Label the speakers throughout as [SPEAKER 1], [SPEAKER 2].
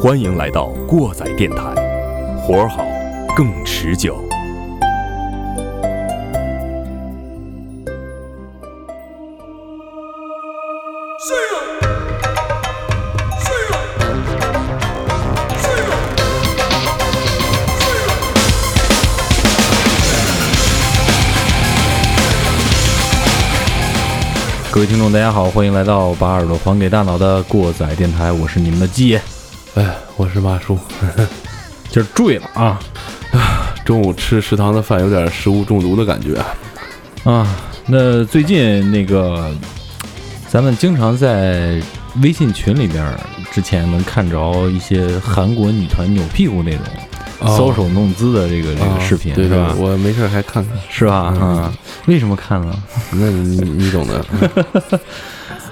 [SPEAKER 1] 欢迎来到过载电台，活儿好，更持久。
[SPEAKER 2] 各位听众，大家好，欢迎来到把耳朵还给大脑的过载电台，我是你们的鸡爷，
[SPEAKER 3] 哎，我是马叔。
[SPEAKER 2] 今儿醉了啊
[SPEAKER 3] 中午吃食堂的饭有点食物中毒的感觉。
[SPEAKER 2] 啊！那最近那个，咱们经常在微信群里边儿之前能看着一些韩国女团扭屁股那种
[SPEAKER 3] 哦
[SPEAKER 2] 搔首弄姿的这个这个视频，
[SPEAKER 3] 啊对
[SPEAKER 2] 是吧？
[SPEAKER 3] 我嗯没事儿还看看，
[SPEAKER 2] 是吧？啊，为什么看呢？
[SPEAKER 3] 那你你懂 的。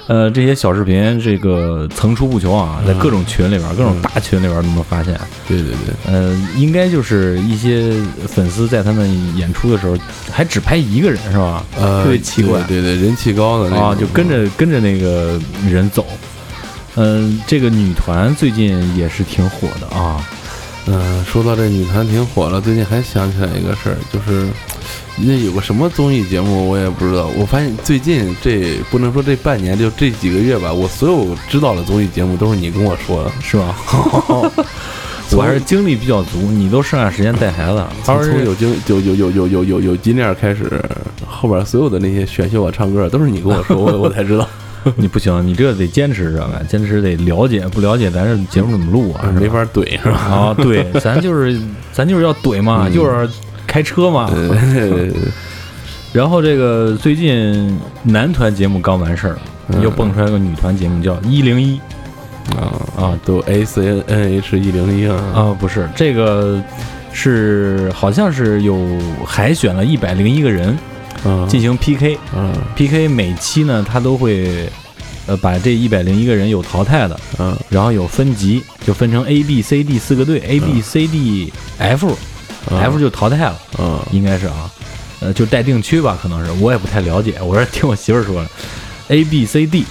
[SPEAKER 2] 呃，这些小视频这个层出不穷
[SPEAKER 3] 嗯
[SPEAKER 2] 啊，在各种群里边儿、各种大群里边儿都能发现。
[SPEAKER 3] 对对对，
[SPEAKER 2] 呃，应该就是一些粉丝在他们演出的时候，还只拍一个人是吧？
[SPEAKER 3] 呃，
[SPEAKER 2] 特别奇怪
[SPEAKER 3] 对对对，人气高的那
[SPEAKER 2] 啊，
[SPEAKER 3] 种
[SPEAKER 2] 就跟着跟着那个人走。嗯、这个女团最近也是挺火的啊，
[SPEAKER 3] 嗯、说到这女团挺火了，最近还想起来一个事儿，就是那有个什么综艺节目我也不知道。我发现最近这不能说这半年，就这几个月吧，我所有知道的综艺节目都是你跟我说的。
[SPEAKER 2] 是 吧？我还是精力比较足，你都剩下时间带孩子，
[SPEAKER 3] 从
[SPEAKER 2] 而
[SPEAKER 3] 从有经有有有有有有有金链开始，后边所有的那些选秀啊、唱歌啊，都是你跟我说，我我才 知道，
[SPEAKER 2] 你不行，你这个得坚持着呗，坚持得了解，不了解咱这节目怎么录啊？是吧
[SPEAKER 3] 嗯没法怼 是吧？
[SPEAKER 2] 啊，对，咱就是咱就是要怼嘛，就是开车嘛。 然后这个最近男团节目刚完事儿了，又蹦出来个女团节目叫《一零一
[SPEAKER 3] 啊啊，都 S N N H 一零一》啊，
[SPEAKER 2] 啊，不是这个是好像是有海选了一百零一个人
[SPEAKER 3] 啊
[SPEAKER 2] 进行 PK，PK、
[SPEAKER 3] 啊
[SPEAKER 2] PK 每期呢他都会呃把这一百零一个人有淘汰的，
[SPEAKER 3] 啊
[SPEAKER 2] 然后有分级，就分成 A B C D 四个队，A B C D F，F、F 就淘汰了。
[SPEAKER 3] 啊
[SPEAKER 2] 应该是啊，呃，就待定区吧，可能是我也不太了解，我是听我媳妇儿说的，A、B、C、D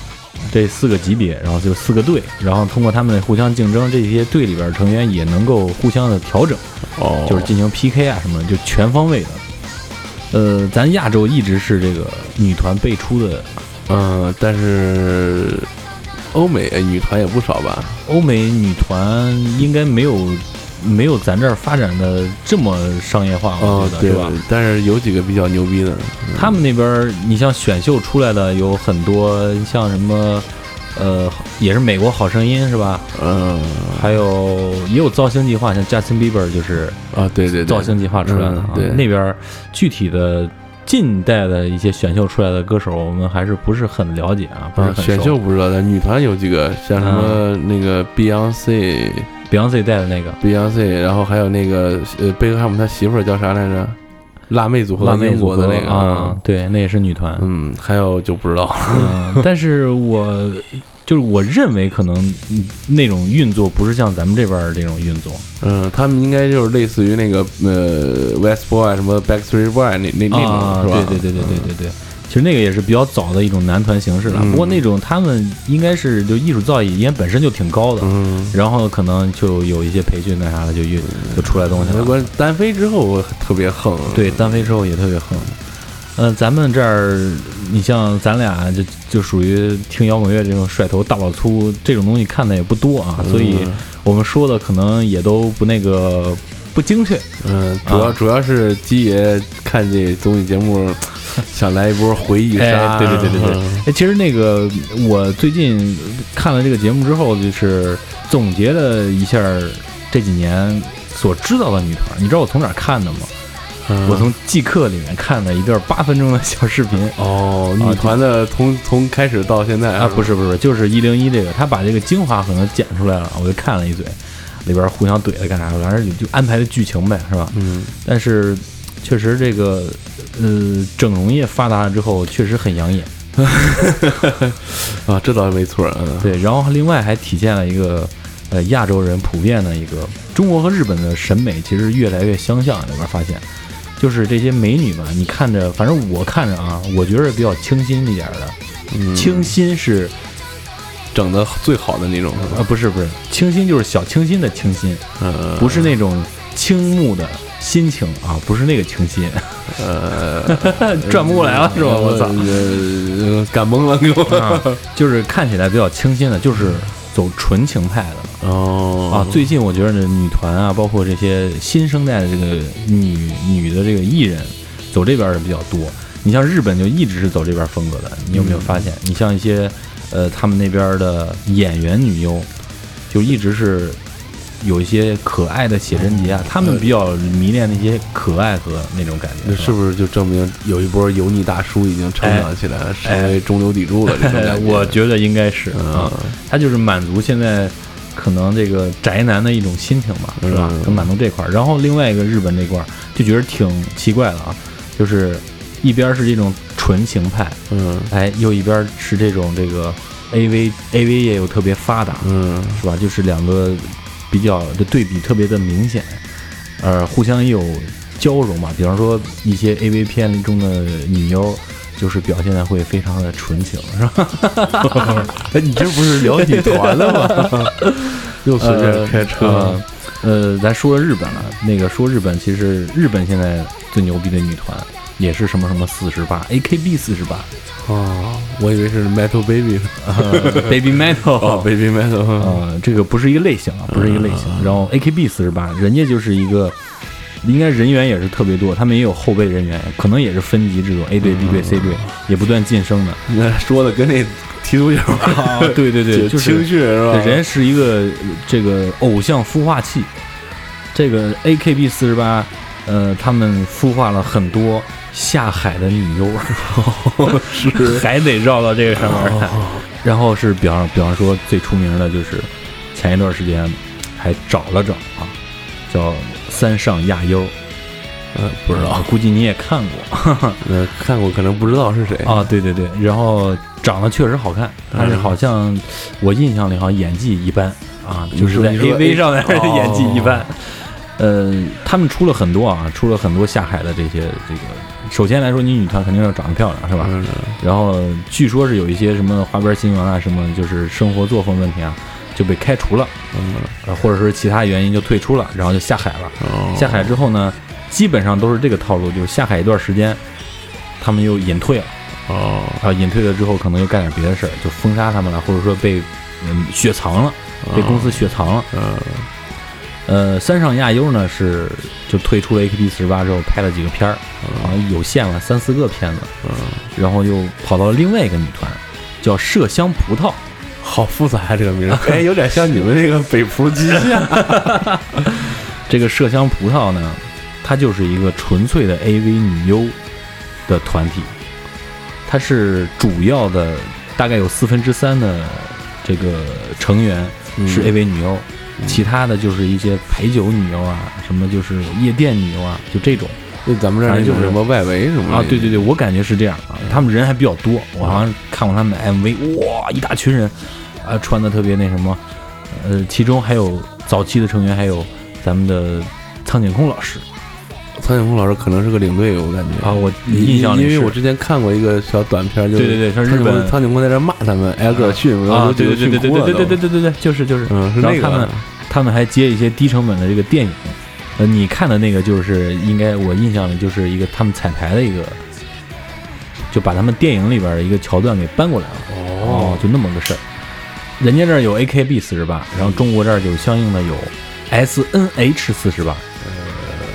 [SPEAKER 2] 这四个级别，然后就四个队，然后通过他们互相竞争，这些队里边儿成员也能够互相的调整，
[SPEAKER 3] 哦，
[SPEAKER 2] 就是进行 PK 啊什么的，就全方位的。呃，咱亚洲一直是这个女团辈出的，
[SPEAKER 3] 嗯，但是欧美女团也不少吧？
[SPEAKER 2] 欧美女团应该没有没有咱这儿发展的这么商业化，我
[SPEAKER 3] 哦
[SPEAKER 2] 觉，得、
[SPEAKER 3] 对
[SPEAKER 2] 是吧？？
[SPEAKER 3] 但是有几个比较牛逼的，
[SPEAKER 2] 他们那边儿，你像选秀出来的有很多，像什么，呃，也是美国好声音是吧？
[SPEAKER 3] 嗯
[SPEAKER 2] 还有也有造星计划，像 Justin Bieber 就是
[SPEAKER 3] 啊，对对对，
[SPEAKER 2] 造星计划出来的、啊
[SPEAKER 3] 嗯对
[SPEAKER 2] 那边儿具体的近代的一些选秀出来的歌手，我们还是不是很了解啊，不是
[SPEAKER 3] 啊，
[SPEAKER 2] 很熟。啊
[SPEAKER 3] 选秀不知道，但女团有几个，像什么那个 Beyonce、
[SPEAKER 2] Beyonce 带的那个
[SPEAKER 3] Beyonce，然后还有那个呃贝克汉姆他媳妇儿叫啥来着？辣妹组合
[SPEAKER 2] 辣，妹
[SPEAKER 3] 英
[SPEAKER 2] 组
[SPEAKER 3] 国
[SPEAKER 2] 合
[SPEAKER 3] 的那个
[SPEAKER 2] 啊，，对，那也是女团。
[SPEAKER 3] 嗯，还有就不知道了。
[SPEAKER 2] 嗯，但是我就是我认为可能嗯那种运作不是像咱们这边儿这种运作。
[SPEAKER 3] 嗯，他们应该就是类似于那个呃 West Boy 什么 Backstreet Boy 那那那
[SPEAKER 2] 啊
[SPEAKER 3] 种是吧？
[SPEAKER 2] 对对对对对对对。其实那个也是比较早的一种男团形式了，
[SPEAKER 3] 嗯
[SPEAKER 2] 不过那种他们应该是就艺术造诣应该本身就挺高的，
[SPEAKER 3] 嗯，
[SPEAKER 2] 然后可能就有一些培训那啊啥的，就越就出来东西
[SPEAKER 3] 那
[SPEAKER 2] 了。
[SPEAKER 3] 嗯关单飞之后我特别横。
[SPEAKER 2] 对，单飞之后也特别横。嗯、咱们这儿，你像咱俩就就属于听摇滚乐这种甩头大老粗这种东西看的也不多
[SPEAKER 3] 嗯
[SPEAKER 2] 啊，所以我们说的可能也都不那个不精确。
[SPEAKER 3] 嗯，主要
[SPEAKER 2] 啊
[SPEAKER 3] 主要是鸡爷看这综艺节目，想来一波回忆
[SPEAKER 2] 哎，
[SPEAKER 3] 杀。
[SPEAKER 2] 对对对对对。哎，其实那个我最近看了这个节目之后，就是总结了一下儿这几年所知道的女团。你知道我从哪儿看的吗？
[SPEAKER 3] 嗯，
[SPEAKER 2] 我从即刻里面看了一段八分钟的小视频。
[SPEAKER 3] 哦，女团的从从开始到现在
[SPEAKER 2] 啊，不
[SPEAKER 3] 是
[SPEAKER 2] 是不是，就是一零一这个，他把这个精华可能剪出来了，我就看了一嘴，里边儿互相怼的干啥，反正就安排的剧情呗，是吧？
[SPEAKER 3] 嗯，
[SPEAKER 2] 但是确实这个呃，整容业发达了之后，确实很养眼。
[SPEAKER 3] 啊，这倒没错儿，嗯，
[SPEAKER 2] 对，然后另外还体现了一个呃亚洲人普遍的一个中国和日本的审美其实越来越相像，里边发现。就是这些美女吧，你看着，反正我看着啊，我觉得比较清新一点儿的。
[SPEAKER 3] 嗯
[SPEAKER 2] 清新是
[SPEAKER 3] 整的最好的那种，是吧
[SPEAKER 2] 啊，不是不是，清新就是小清新的清新，
[SPEAKER 3] 呃，
[SPEAKER 2] 不是那种倾慕的心情啊，不是那个清新。呃， 转不过来了是吧？我操！
[SPEAKER 3] 呃，感懵了给我。
[SPEAKER 2] 啊，就是看起来比较清新的，就是走纯情派的
[SPEAKER 3] 哦
[SPEAKER 2] 啊。最近我觉得这女团啊，包括这些新生代的这个女女的这个艺人，走这边儿的比较多。你像日本就一直是走这边儿风格的，你有没有发现？你像一些呃，他们那边儿的演员女优，就一直是有一些可爱的写真集啊，他们比较迷恋那些可爱和那种感觉。
[SPEAKER 3] 那是
[SPEAKER 2] 吧
[SPEAKER 3] 不是就证明有一波油腻大叔已经成长起来，成为中流砥柱了？这种
[SPEAKER 2] 哎
[SPEAKER 3] 感 觉，嗯
[SPEAKER 2] 我觉得应该是啊。他就是满足现在可能这个宅男的一种心情吧，是吧？
[SPEAKER 3] 嗯
[SPEAKER 2] 能满足这块儿。然后另外一个日本这块儿就觉得挺奇怪的啊，就是一边是这种纯情派，
[SPEAKER 3] 嗯
[SPEAKER 2] 哎，又一边是这种这个 AV AV 业又特别发达，
[SPEAKER 3] 嗯
[SPEAKER 2] 是吧？就是两个比较的对比特别的明显，呃，互相也有交融吧。比方说一些 AV 片中的女优。就是表现的会非常的纯情，是吧？ 哎，你这不是聊女团了吗？
[SPEAKER 3] 又随便
[SPEAKER 2] 呃
[SPEAKER 3] 开车了，
[SPEAKER 2] 呃，咱说日本了，那个说日本，其实日本现在最牛逼的女团也是什么什么四十八，AKB 四 十八
[SPEAKER 3] 哦，我以为是 Metal Baby
[SPEAKER 2] ，Baby Metal，、
[SPEAKER 3] 哦，Baby Metal，
[SPEAKER 2] 呃，这个不是一个类型啊，不是一个类型。然后 AKB 四十八，人家就是一个，应该人员也是特别多，他们也有后备人员，可能也是分级制度，A 队、B 队、C 队也不断晋升的。
[SPEAKER 3] 那说的跟那踢足球
[SPEAKER 2] 啊， 对对对，
[SPEAKER 3] 就
[SPEAKER 2] 就是
[SPEAKER 3] 情绪是吧？
[SPEAKER 2] 对，人是一个呃这个偶像孵化器，这个 AKB 四十八，呃，他们孵化了很多下海的女优，还得绕到这个上面来。然后是比方比方说最出名的就是前一段时间还找了找啊，叫三上亚优，
[SPEAKER 3] 呃不知道，
[SPEAKER 2] 估计你也看过
[SPEAKER 3] 呃看过可能不知道是谁
[SPEAKER 2] 啊，对对对，然后长得确实好看，但
[SPEAKER 3] 嗯
[SPEAKER 2] 是好像我印象里好像演技一般啊，
[SPEAKER 3] 你
[SPEAKER 2] 就是
[SPEAKER 3] 说
[SPEAKER 2] 在
[SPEAKER 3] 你说
[SPEAKER 2] AV 上面
[SPEAKER 3] 哦
[SPEAKER 2] 演技一般。呃，他们出了很多啊，出了很多下海的这些这个。首先来说，你女团肯定要长得漂亮，是吧？
[SPEAKER 3] 嗯
[SPEAKER 2] 然后据说是有一些什么花边新闻啊，什么就是生活作风问题啊，就被开除了，
[SPEAKER 3] 嗯
[SPEAKER 2] 呃，或者是其他原因就退出了，然后就下海了。
[SPEAKER 3] 哦
[SPEAKER 2] 下海之后呢，基本上都是这个套路，就是下海一段时间，他们又隐退了。
[SPEAKER 3] 哦
[SPEAKER 2] 啊，隐退了之后可能又干点别的事儿，就封杀他们了，或者说被嗯雪藏了，被公司雪藏了。
[SPEAKER 3] 嗯
[SPEAKER 2] 呃，三上亚优呢是就退出了 AKB 四十八之后拍了几个片儿，好像有限了三四个片子，
[SPEAKER 3] 嗯，
[SPEAKER 2] 然后又跑到了另外一个女团，叫麝香葡萄。
[SPEAKER 3] 好复杂啊这个名儿， 哎有点像你们那个北服啊极 限，
[SPEAKER 2] 这个麝香葡萄呢，它就是一个纯粹的 AV 女优的团体，它是主要的大概有四分之三的这个成员是 AV 女优，其他的就是一些陪酒女优啊，什么就是夜店女优啊，就这种
[SPEAKER 3] 那咱们这儿就是什么外围什么
[SPEAKER 2] 啊
[SPEAKER 3] 的。
[SPEAKER 2] 对对对，我感觉是这样啊，他们人还比较多，我好像看过他们的 MV，哇，一大群人，啊，穿的特别那什么，呃，其中还有早期的成员，还有咱们的苍井空老师。
[SPEAKER 3] 苍井空老师可能是个领队，我感觉
[SPEAKER 2] 啊，，我印象里
[SPEAKER 3] 因为
[SPEAKER 2] 是
[SPEAKER 3] 我之前看过一个小短片，就是
[SPEAKER 2] 对对对，上
[SPEAKER 3] 苍
[SPEAKER 2] 日
[SPEAKER 3] 井空
[SPEAKER 2] 本
[SPEAKER 3] 苍井空在这骂他们挨个训，然后
[SPEAKER 2] 啊，对对对对对对对对对对对对，就是就是，
[SPEAKER 3] 嗯，是
[SPEAKER 2] 然后
[SPEAKER 3] 那个
[SPEAKER 2] 他们他们还接一些低成本的这个电影，呃，你看的那个就是应该我印象里就是一个他们彩排的一个，就把他们电影里边的一个桥段给搬过来了，
[SPEAKER 3] 啊
[SPEAKER 2] 哦，就那么个事儿。人家这儿有 AKB 四十八，然后中国这儿有相应的有 SNH 四十八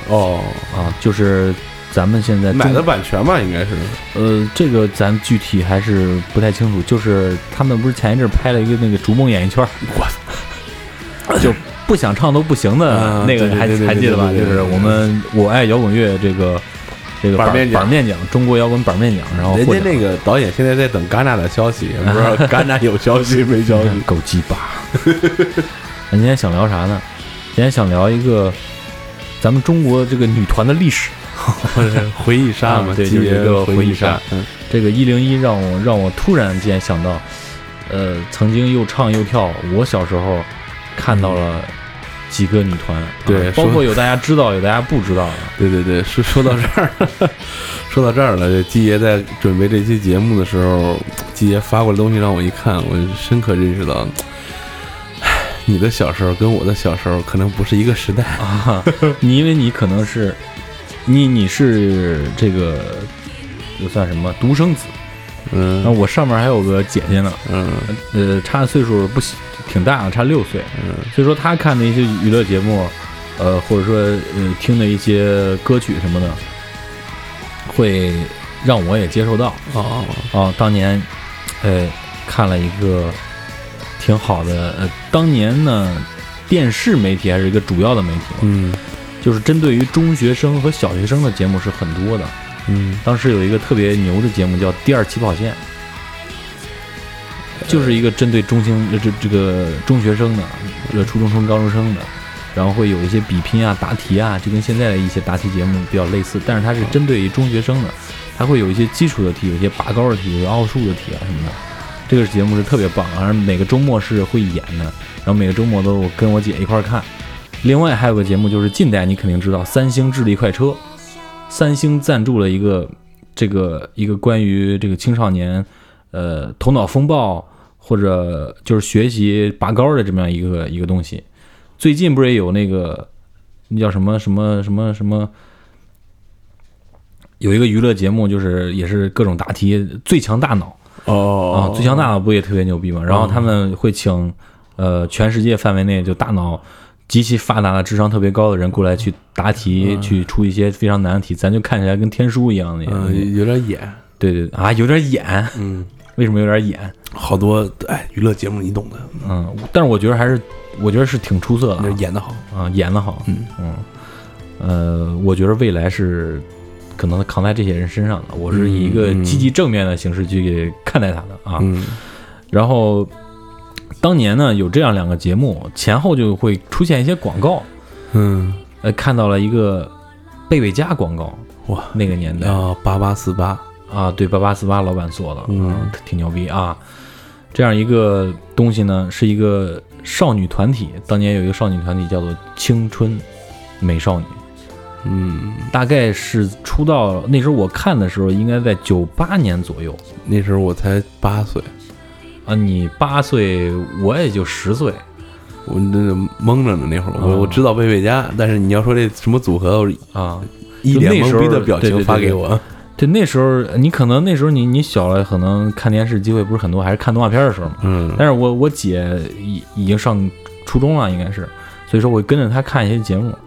[SPEAKER 3] 哦，
[SPEAKER 2] 啊，就是咱们现在中
[SPEAKER 3] 买的版权吧，应该是
[SPEAKER 2] 呃，这个咱具体还是不太清楚。就是他们不是前一阵拍了一个那个《逐梦演艺圈》，我 就不想唱都不行的
[SPEAKER 3] 啊
[SPEAKER 2] 那个
[SPEAKER 3] 对对
[SPEAKER 2] 还
[SPEAKER 3] 对对
[SPEAKER 2] 还记得吧？
[SPEAKER 3] 对
[SPEAKER 2] 就
[SPEAKER 3] 对对
[SPEAKER 2] 是我们我爱摇滚乐这个这个
[SPEAKER 3] 板
[SPEAKER 2] 板
[SPEAKER 3] 面奖
[SPEAKER 2] 板面奖，中国摇滚板面奖，然后
[SPEAKER 3] 人家
[SPEAKER 2] 获奖
[SPEAKER 3] 那个导演现在在等戛纳的消息，也不知道戛纳有消息没消 息。
[SPEAKER 2] 狗鸡巴。那今天想聊啥呢？今天想聊一个咱们中国这个女团的历史。
[SPEAKER 3] 回忆杀嘛，
[SPEAKER 2] 啊对就是一个
[SPEAKER 3] 回
[SPEAKER 2] 回忆
[SPEAKER 3] 杀
[SPEAKER 2] 杀。
[SPEAKER 3] 嗯
[SPEAKER 2] 这个一零一让我让我突然间想到，呃，曾经又唱又跳，我小时候看到了几个女团，啊
[SPEAKER 3] 嗯对
[SPEAKER 2] 包
[SPEAKER 3] 说
[SPEAKER 2] 括有大家知道，有大家不知道的。
[SPEAKER 3] 对对对，是说到这儿，说到这儿了。这季爷在准备这期节目的时候，季爷发过来东西让我一看，我深刻认识到， 唉你的小时候跟我的小时候可能不是一个时代。
[SPEAKER 2] 啊，你因为你可能是你你是这个这算什么独生子，那
[SPEAKER 3] 嗯
[SPEAKER 2] 我上面还有个姐姐呢，
[SPEAKER 3] 嗯
[SPEAKER 2] 呃，差岁数不小挺大的，差六岁，
[SPEAKER 3] 嗯
[SPEAKER 2] 所以说她看的一些娱乐节目，呃，或者说呃听的一些歌曲什么的，会让我也接受到
[SPEAKER 3] 哦，
[SPEAKER 2] 啊。当年，呃，看了一个挺好的，呃，当年呢，电视媒体还是一个主要的媒体嘛，
[SPEAKER 3] 嗯
[SPEAKER 2] 就是针对于中学生和小学生的节目是很多的。
[SPEAKER 3] 嗯，
[SPEAKER 2] 当时有一个特别牛的节目叫《第二起跑线》，就是一个针对中兴这这这个中学生的，这个初中生、高中生的，然后会有一些比拼啊、答题啊，就跟现在的一些答题节目比较类似，但是它是针对于中学生的，它会有一些基础的题，有一些拔高的题，有奥数的题啊什么的。这个节目是特别棒，而每个周末是会演的，然后每个周末都我跟我姐一块儿看。另外还有个节目就是近代你肯定知道三星智力快车，三星赞助了一个这个一个关于这个青少年呃头脑风暴或者就是学习拔高的这么样一个一个东西。最近不是也有那个那叫什么什么什么什么，有一个娱乐节目，就是也是各种答题，《最强大脑》啊，
[SPEAKER 3] 哦
[SPEAKER 2] 《最强大脑》不也特别牛逼吗？然后他们会请呃全世界范围内就大脑极其发达的、智商特别高的人过来去答题，去出一些非常难的题，咱就看起来跟天书一样的。
[SPEAKER 3] 嗯，有点野，
[SPEAKER 2] 对对啊，有点演，
[SPEAKER 3] 嗯，
[SPEAKER 2] 为什么有点演？
[SPEAKER 3] 好多哎，娱乐节目你懂的，
[SPEAKER 2] 嗯，但是我觉得还是，我觉得是挺出色的
[SPEAKER 3] 那
[SPEAKER 2] 啊
[SPEAKER 3] 演的好。
[SPEAKER 2] 啊，演的好，
[SPEAKER 3] 嗯
[SPEAKER 2] 呃，我觉得未来是可能扛在这些人身上的。我是以一个
[SPEAKER 3] 嗯嗯
[SPEAKER 2] 积极正面的形式去看待他的啊。
[SPEAKER 3] 嗯
[SPEAKER 2] 然后当年呢有这样两个节目，前后就会出现一些广告，
[SPEAKER 3] 嗯，
[SPEAKER 2] 呃，看到了一个贝贝佳广告，
[SPEAKER 3] 哇，
[SPEAKER 2] 那个年代
[SPEAKER 3] 啊，八八四八，
[SPEAKER 2] 啊，对，八八四八老板做的，
[SPEAKER 3] 嗯，
[SPEAKER 2] 挺牛逼啊。这样一个东西呢，是一个少女团体，当年有一个少女团体叫做青春美少女，
[SPEAKER 3] 嗯，
[SPEAKER 2] 大概是出道那时候我看的时候，应该在九八年左右
[SPEAKER 3] 那时候我才八岁，
[SPEAKER 2] 啊。你八岁，我也就十岁
[SPEAKER 3] 我那蒙着呢那会儿，
[SPEAKER 2] 哦
[SPEAKER 3] 我我知道贝贝佳，但是你要说这什么组合，我
[SPEAKER 2] 啊。
[SPEAKER 3] 一脸懵逼的表
[SPEAKER 2] 就那时候
[SPEAKER 3] 情发给我，
[SPEAKER 2] 对，那时候你可能那时候你你小了，可能看电视机会不是很多，还是看动画片的时候嘛。
[SPEAKER 3] 嗯
[SPEAKER 2] 但是我我姐已已经上初中了，应该是，所以说我跟着她看一些节目，然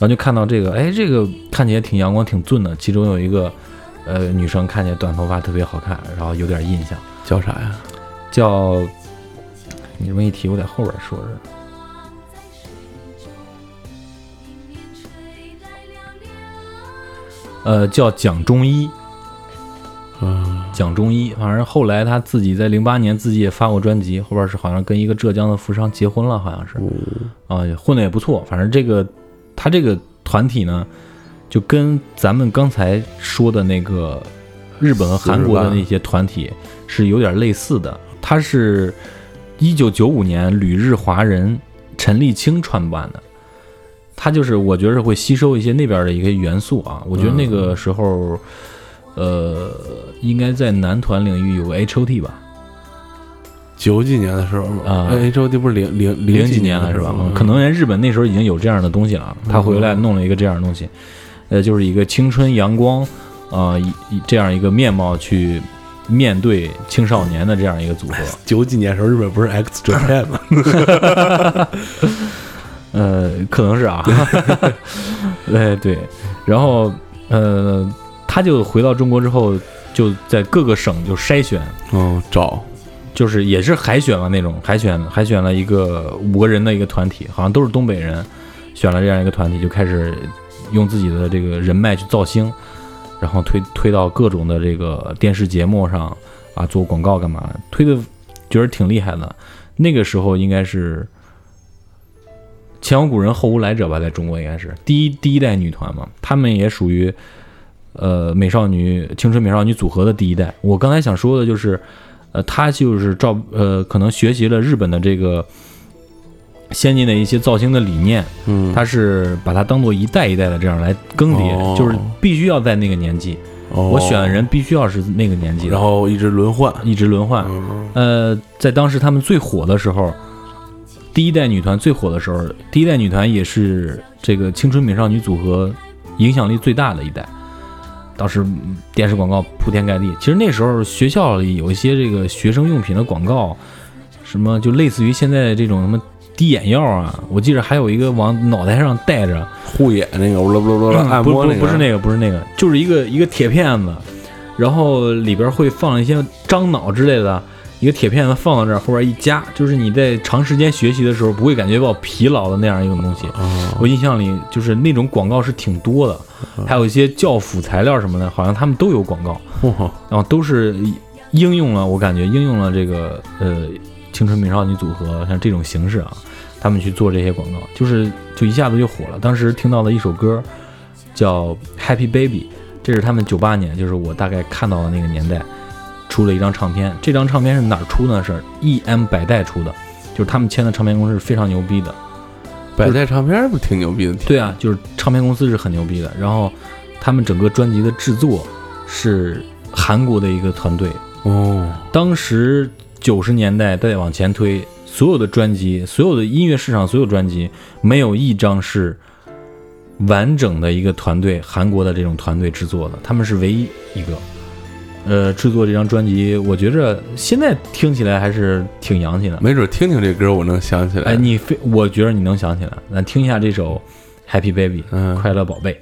[SPEAKER 2] 后就看到这个，哎，这个看起来挺阳光、挺俊的。其中有一个呃女生看起来短头发特别好看，然后有点印象，
[SPEAKER 3] 叫啥呀？
[SPEAKER 2] 叫你这么一提，我在后边说着。呃，叫蒋中医，
[SPEAKER 3] 嗯
[SPEAKER 2] 蒋中医，反正后来他自己在零八年自己也发过专辑，后边是好像跟一个浙江的富商结婚了，好像是啊，也混的也不错。反正这个他这个团体呢，就跟咱们刚才说的那个日本和韩国的那些团体是有点类似的。他是一九九五年旅日华人陈立青创办的。他就是，我觉得会吸收一些那边的一些元素啊。我觉得那个时候，呃，应该在男团领域有个 H.O.T 吧？
[SPEAKER 3] 九几年的时候
[SPEAKER 2] 啊
[SPEAKER 3] 吧，哎，H O T 不是零零
[SPEAKER 2] 零
[SPEAKER 3] 几
[SPEAKER 2] 几年了
[SPEAKER 3] 的
[SPEAKER 2] 是吧？
[SPEAKER 3] 嗯
[SPEAKER 2] 可能人日本那时候已经有这样的东西了，他回来弄了一个这样的东西，呃，就是一个青春阳光，啊，以以这样一个面貌去面对青少年的这样一个组合。
[SPEAKER 3] 九几年的时候日本不是 X Japan 吗？
[SPEAKER 2] 呃，可能是 啊，对对，然后呃，他就回到中国之后，就在各个省就筛选，哦
[SPEAKER 3] 嗯，找
[SPEAKER 2] 就是也是海选嘛那种，海选海选了一个五个人的一个团体，好像都是东北人，选了这样一个团体，就开始用自己的这个人脉去造星，然后推推到各种的这个电视节目上啊，做广告干嘛，推的觉得挺厉害的。那个时候应该是前无古人后无来者吧，在中国应该是第一第一代女团嘛，她们也属于呃美少女青春美少女组合的第一代。我刚才想说的就是，呃，她就是照呃可能学习了日本的这个先进的一些造星的理念，
[SPEAKER 3] 嗯，
[SPEAKER 2] 它是把它当做一代一代的这样来更迭，
[SPEAKER 3] 哦
[SPEAKER 2] 就是必须要在那个年纪，
[SPEAKER 3] 哦
[SPEAKER 2] 我选的人必须要是那个年纪的，
[SPEAKER 3] 然后一直轮换，
[SPEAKER 2] 一直轮换。
[SPEAKER 3] 嗯
[SPEAKER 2] 呃，在当时他们最火的时候，第一代女团最火的时候，第一代女团也是这个青春美少女组合影响力最大的一代。当时嗯电视广告铺天盖地，其实那时候学校里有一些这个学生用品的广告，什么就类似于现在这种什么滴眼药啊，我记着还有一个往脑袋上戴着，
[SPEAKER 3] 护眼那个，不啦不啦不啦，按
[SPEAKER 2] 嗯不
[SPEAKER 3] 摩
[SPEAKER 2] 不
[SPEAKER 3] 那个，
[SPEAKER 2] 不是那个，不是那个，就是一个一个铁片子，然后里边会放一些樟脑之类的，一个铁片子放到这儿，后边一夹，就是你在长时间学习的时候不会感觉到疲劳的那样一种东西。
[SPEAKER 3] 哦嗯
[SPEAKER 2] 我印象里就是那种广告是挺多的，还有一些教辅材料什么的，好像他们都有广告，
[SPEAKER 3] 哇
[SPEAKER 2] 然后啊都是应用了，我感觉应用了这个呃青春美少女组合像这种形式啊，他们去做这些广告，就是就一下子就火了。当时听到的一首歌叫《Happy Baby》，这是他们九八年，就是我大概看到的那个年代出了一张唱片。这张唱片是哪儿出呢？是 EM 百代出的，就是他们签的唱片公司是非常牛逼的。
[SPEAKER 3] 百代唱片不挺牛逼的？
[SPEAKER 2] 对啊，就是唱片公司是很牛逼的。然后他们整个专辑的制作是韩国的一个团队，
[SPEAKER 3] 哦，
[SPEAKER 2] 当时九十年代再往前推，所有的专辑，所有的音乐市场，所有专辑，没有一张是完整的一个团队，韩国的这种团队制作的，他们是唯一一个。呃，制作这张专辑，我觉着现在听起来还是挺洋气的。
[SPEAKER 3] 没准听听这歌我能想起来。
[SPEAKER 2] 哎，你非我觉得你能想起来，咱听一下这首《Happy Baby》，
[SPEAKER 3] 嗯
[SPEAKER 2] 快乐宝贝。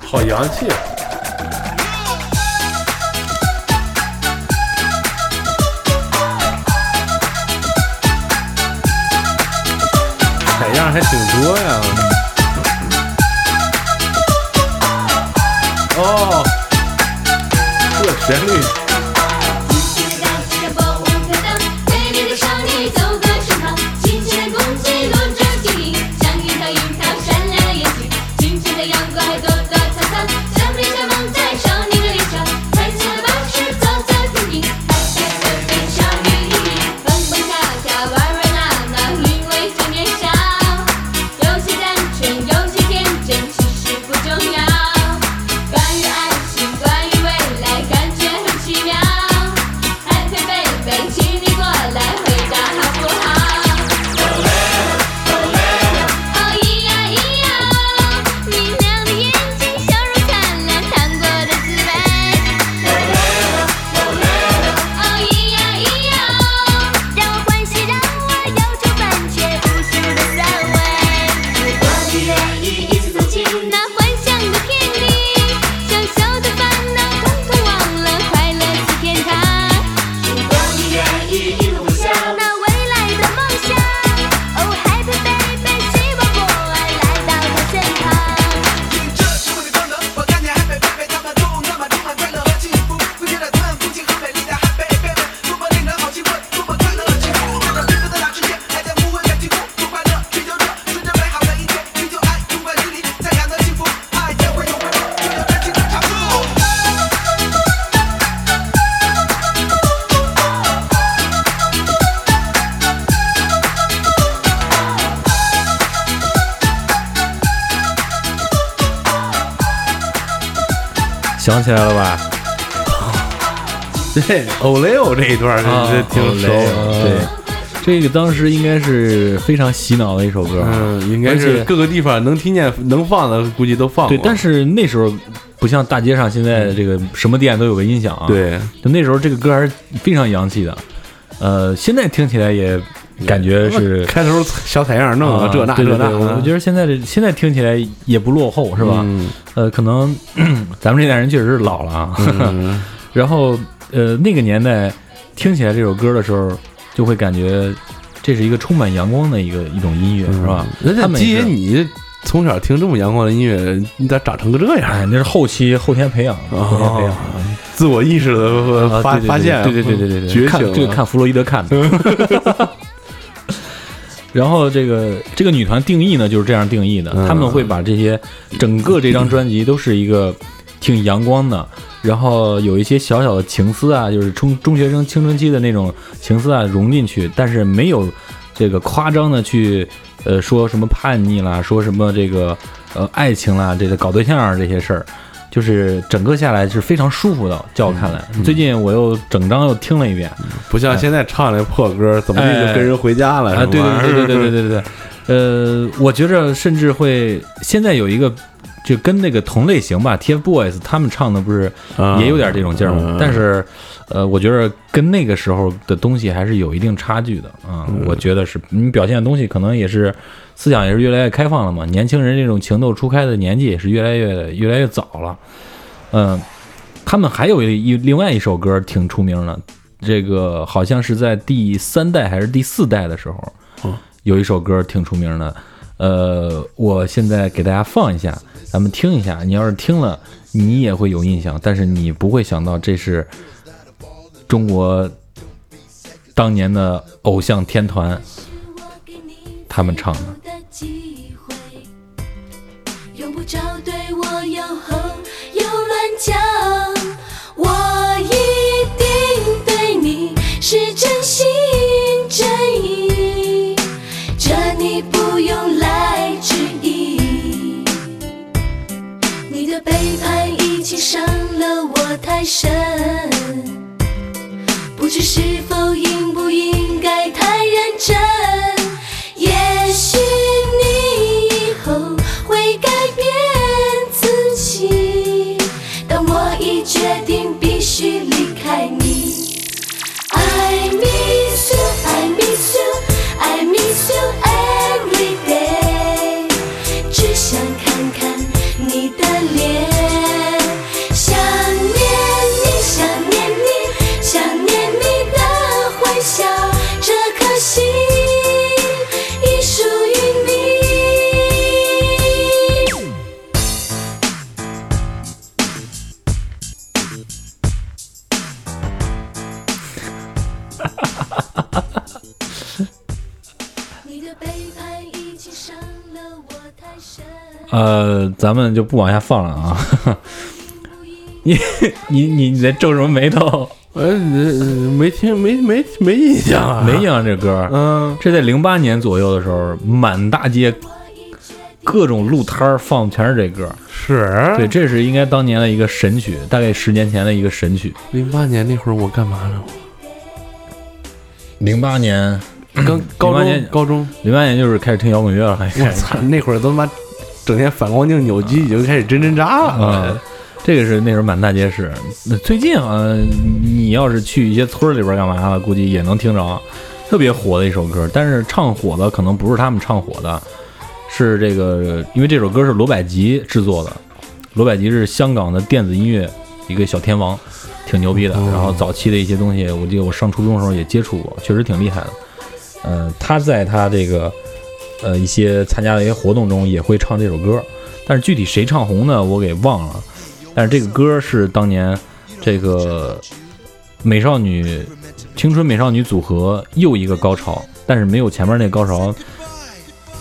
[SPEAKER 3] 好洋气，啊采样还挺多呀。哦，这旋律，
[SPEAKER 4] 轻轻的摇着波舞的灯，美丽的少女走过身旁，清晨的空气笼罩晶莹，像樱桃樱桃闪亮了眼睛。清晨的阳光还躲躲藏藏，像面纱蒙在少女的脸上。彩色的巴士走在风里，白白的被少女蹦蹦跳跳玩玩闹闹，因为最年少，有些单纯，有些天真，其实不重要。关于爱情，关于未来，感觉很奇妙。Happy baby，请你过来回答好不好？哦咿呀咿呀，明亮的眼睛，笑容灿烂，糖果的滋味。哦咿呀咿呀，让我欢喜，让我忧愁，满却无数的酸味。我的愿意一起走进那幻想的天地，小小的烦恼统统忘了，快乐是天堂。我的愿意一路向那未来的梦想。Oh happy baby，希望我爱来到他身旁。
[SPEAKER 5] Oh!
[SPEAKER 2] 想起来了吧？
[SPEAKER 3] 这 Oleo 这一段
[SPEAKER 2] 啊
[SPEAKER 3] 是挺熟
[SPEAKER 2] 哦
[SPEAKER 3] 的，
[SPEAKER 2] 对，这个当时应该是非常洗脑的一首歌。
[SPEAKER 3] 嗯，应该
[SPEAKER 2] 啊而
[SPEAKER 3] 是
[SPEAKER 2] 且
[SPEAKER 3] 各个地方能听见、能放的，估计都放过。
[SPEAKER 2] 对，但是那时候不像大街上现在这个什么店都有个音响啊。，
[SPEAKER 3] 对，
[SPEAKER 2] 就那时候这个歌还是非常洋气的，呃，现在听起来也感觉是
[SPEAKER 3] 开头小采样弄
[SPEAKER 2] 啊
[SPEAKER 3] 个这那
[SPEAKER 2] 对
[SPEAKER 3] 这
[SPEAKER 2] 对
[SPEAKER 3] 那
[SPEAKER 2] 对
[SPEAKER 3] 的，
[SPEAKER 2] 我觉得现在这现在听起来也不落后，是吧？
[SPEAKER 3] 嗯
[SPEAKER 2] 呃，可能咳咱们这代人确实是老了啊。
[SPEAKER 3] 嗯
[SPEAKER 2] 然后呃，那个年代听起来这首歌的时候，就会感觉这是一个充满阳光的一个一种音乐，是吧？
[SPEAKER 3] 人家
[SPEAKER 2] 他们也
[SPEAKER 3] 嗯基
[SPEAKER 2] 是
[SPEAKER 3] 爷，你从小听这么阳光的音乐，你咋长成个这样？
[SPEAKER 2] 哎，那是后期后天培养，后天培养。
[SPEAKER 3] 自我意识的
[SPEAKER 2] 啊
[SPEAKER 3] 发
[SPEAKER 2] 对对对
[SPEAKER 3] 发现，
[SPEAKER 2] 对对对对对对，
[SPEAKER 3] 觉
[SPEAKER 2] 看
[SPEAKER 3] 醒了
[SPEAKER 2] 这个看弗洛伊德看的。 然后这个这个女团定义呢就是这样定义的，
[SPEAKER 3] 嗯
[SPEAKER 2] 他们会把这些整个这张专辑都是一个挺阳光的，然后有一些小小的情思啊，就是中中学生青春期的那种情思啊融进去，但是没有这个夸张的去呃说什么叛逆啦，说什么这个呃爱情啦，这个搞对象啊这些事儿。就是整个下来是非常舒服的，在我看来，最近我又整张又听了一遍，
[SPEAKER 3] 不像现在唱那破歌，怎么地就跟人回家了？
[SPEAKER 2] 哎啊，对对对对对
[SPEAKER 3] 对，
[SPEAKER 2] 对对对，呃，我觉着甚至会现在有一个，就跟那个同类型吧，TFBOYS 他们唱的不是
[SPEAKER 3] 啊
[SPEAKER 2] 也有点这种劲儿吗
[SPEAKER 3] 嗯？
[SPEAKER 2] 但是，呃，我觉着跟那个时候的东西还是有一定差距的啊。
[SPEAKER 3] 嗯
[SPEAKER 2] 我觉得是你表现的东西可能也是思想也是越来越开放了嘛，年轻人这种情窦初开的年纪也是越来越越来越早了，嗯、他们还有一另外一首歌挺出名的，这个好像是在第三代还是第四代的时候，有一首歌挺出名的，呃，我现在给大家放一下，咱们听一下。你要是听了，你也会有印象，但是你不会想到这是中国当年的偶像天团。他们唱的。
[SPEAKER 4] 用不着对我又吼又乱叫，我一定对你是真心真意，这你不用来质疑。你的背叛已经伤了我太深，不知是否应不应该太认真。也许你以后会改变自己，但我已决定必须离开你。I miss you, I miss you, I miss you every day。只想看看你的脸，想念你，想念你，想念你的欢笑，这颗心已属于你。你的背叛已经伤了我太深。
[SPEAKER 2] 呃，咱们就不往下放了啊。 你你你你在皱什么眉头？
[SPEAKER 3] 哎，你没听没没没印象啊？
[SPEAKER 2] 没印，象这歌儿，
[SPEAKER 3] 嗯，
[SPEAKER 2] 这在零八年左右的时候，满大街各种路摊儿放全是这歌儿。
[SPEAKER 3] 是
[SPEAKER 2] 对，，这是应该当年的一个神曲，大概十年前的一个神曲。
[SPEAKER 3] 零八年那会儿我干嘛呢？
[SPEAKER 2] 零八年，
[SPEAKER 3] 刚
[SPEAKER 2] 08
[SPEAKER 3] 高中
[SPEAKER 2] 嗯年
[SPEAKER 3] 高中，
[SPEAKER 2] 零八年就是开始听摇滚乐了，还
[SPEAKER 3] 我
[SPEAKER 2] 开始
[SPEAKER 3] 操，那会儿都他妈整天反光镜扭机，已经开始针针扎
[SPEAKER 2] 啊
[SPEAKER 3] 了。。
[SPEAKER 2] 这个是那时候满大街是，那最近好像你要是去一些村儿里边儿干嘛了，估计也能听着，特别火的一首歌。但是唱火的可能不是他们唱火的，是这个，因为这首歌是罗百吉制作的，罗百吉是香港的电子音乐一个小天王，挺牛逼的。然后早期的一些东西，我记得我上初中的时候也接触过，确实挺厉害的。呃，他在他这个呃一些参加的一些活动中也会唱这首歌，但是具体谁唱红呢，我给忘了。但是这个歌是当年这个美少女青春美少女组合又一个高潮，但是没有前面那个高潮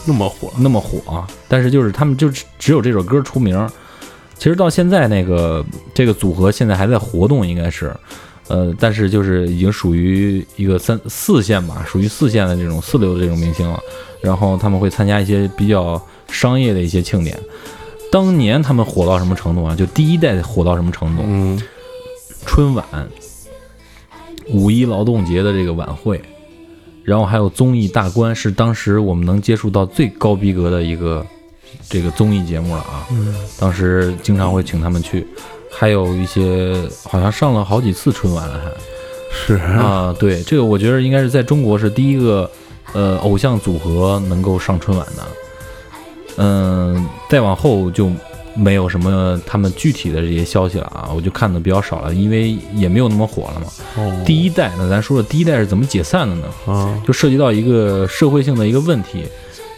[SPEAKER 3] 那么火，
[SPEAKER 2] 那么火啊，但是就是他们就只只有这首歌出名儿。其实到现在，那个这个组合现在还在活动，应该是，呃，但是就是已经属于一个三四线吧，属于四线的这种四流的这种明星了。然后他们会参加一些比较商业的一些庆典。当年他们火到什么程度啊？就第一代火到什么程度？
[SPEAKER 3] 嗯，
[SPEAKER 2] 春晚、五一劳动节的这个晚会，然后还有综艺大观，是当时我们能接触到最高逼格的一个这个综艺节目了啊。当时经常会请他们去，还有一些好像上了好几次春晚了还。
[SPEAKER 3] 是
[SPEAKER 2] 啊，对，这个我觉得应该是在中国是第一个，呃，偶像组合能够上春晚的。嗯、再往后就没有什么他们具体的这些消息了啊，我就看的比较少了，因为也没有那么火了嘛。第一代呢，咱说说第一代是怎么解散的呢？
[SPEAKER 3] 啊，
[SPEAKER 2] 就涉及到一个社会性的一个问题，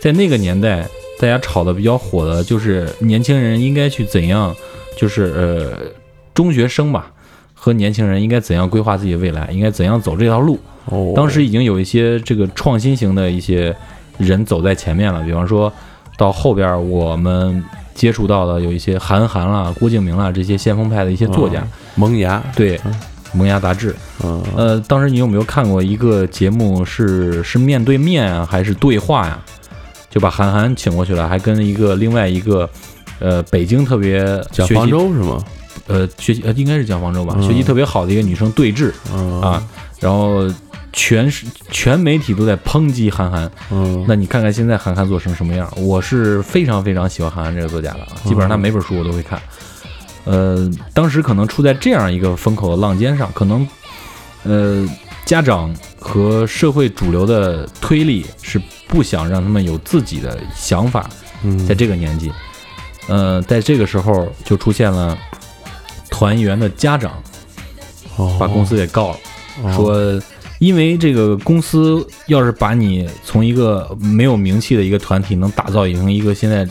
[SPEAKER 2] 在那个年代，大家吵得比较火的就是呃年轻人应该去怎样，就是呃中学生吧和年轻人应该怎样规划自己的未来，应该怎样走这条路。
[SPEAKER 3] 哦
[SPEAKER 2] 当时已经有一些这个创新型的一些人走在前面了。比方说到后边儿我们接触到的有一些韩寒啦、郭敬明啦这些先锋派的一些作家，
[SPEAKER 3] 萌芽，
[SPEAKER 2] 对《萌芽杂志》。
[SPEAKER 3] 嗯，
[SPEAKER 2] 呃，当时你有没有看过一个节目是是面对面啊，还是对话呀、就把韩寒请过去了，还跟一个另外一个。呃，北京特别
[SPEAKER 3] 蒋
[SPEAKER 2] 学
[SPEAKER 3] 方
[SPEAKER 2] 习
[SPEAKER 3] 舟是吗？
[SPEAKER 2] 呃学习呃应该是蒋方舟吧，
[SPEAKER 3] 嗯
[SPEAKER 2] 学习特别好的一个女生对峙
[SPEAKER 3] 嗯
[SPEAKER 2] 啊，，然后全是全媒体都在抨击韩寒。
[SPEAKER 3] 嗯，
[SPEAKER 2] 那你看看现在韩寒做成什么样？我是非常非常喜欢韩寒这个作家的啊，基本上他每本书我都会看。呃，当时可能处在这样一个风口的浪尖上，可能呃家长和社会主流的推力是不想让他们有自己的想法，
[SPEAKER 3] 嗯
[SPEAKER 2] 在这个年纪，呃，在这个时候就出现了团员的家长把公司给告了，
[SPEAKER 3] 哦
[SPEAKER 2] 说因为这个公司要是把你从一个没有名气的一个团体，能打造成一个现在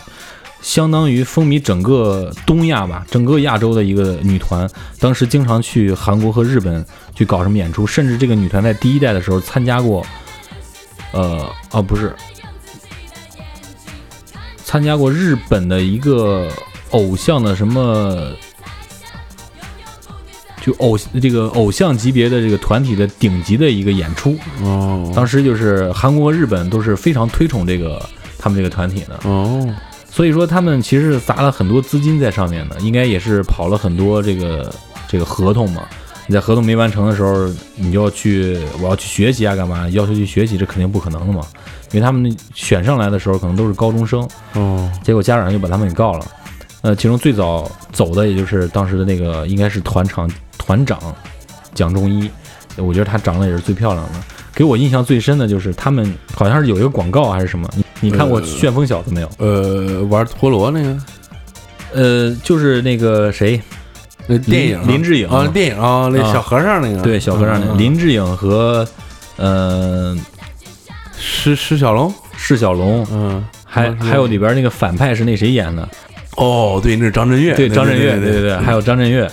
[SPEAKER 2] 相当于风靡整个东亚吧，整个亚洲的一个女团，当时经常去韩国和日本去搞什么演出，甚至这个女团在第一代的时候参加过，呃，哦不是，参加过日本的一个偶像的什么。就偶这个偶像级别的这个团体的顶级的一个演出，
[SPEAKER 3] 哦
[SPEAKER 2] 当时就是韩国、日本都是非常推崇这个他们这个团体的，
[SPEAKER 3] 哦，
[SPEAKER 2] 所以说他们其实是砸了很多资金在上面的，应该也是跑了很多这个这个合同嘛。你在合同没完成的时候，你就要去我要去学习啊，干嘛？要求去学习，这肯定不可能的嘛，因为他们选上来的时候可能都是高中生，
[SPEAKER 3] 哦，
[SPEAKER 2] 结果家长就把他们给告了。呃，其中最早走的也就是当时的那个应该是团长团长蒋中一，我觉得她长得也是最漂亮的。给我印象最深的就是他们好像是有一个广告还是什么，你你看过《
[SPEAKER 3] 呃
[SPEAKER 2] 旋风小子》没有？
[SPEAKER 3] 呃，玩陀螺那个，
[SPEAKER 2] 呃，就是那个谁，
[SPEAKER 3] 那电影啊
[SPEAKER 2] 林志颖
[SPEAKER 3] 啊，电影啊，那
[SPEAKER 2] 啊
[SPEAKER 3] 小和尚那个，
[SPEAKER 2] 对小和尚那个，
[SPEAKER 3] 嗯
[SPEAKER 2] 林志颖和呃
[SPEAKER 3] 施施小龙，
[SPEAKER 2] 释小龙，
[SPEAKER 3] 嗯，
[SPEAKER 2] 还还有里边那个反派是那谁演的？
[SPEAKER 3] 哦，对，那是张震岳，
[SPEAKER 2] 对，张震岳，对
[SPEAKER 3] 对
[SPEAKER 2] 对对，还有张震岳，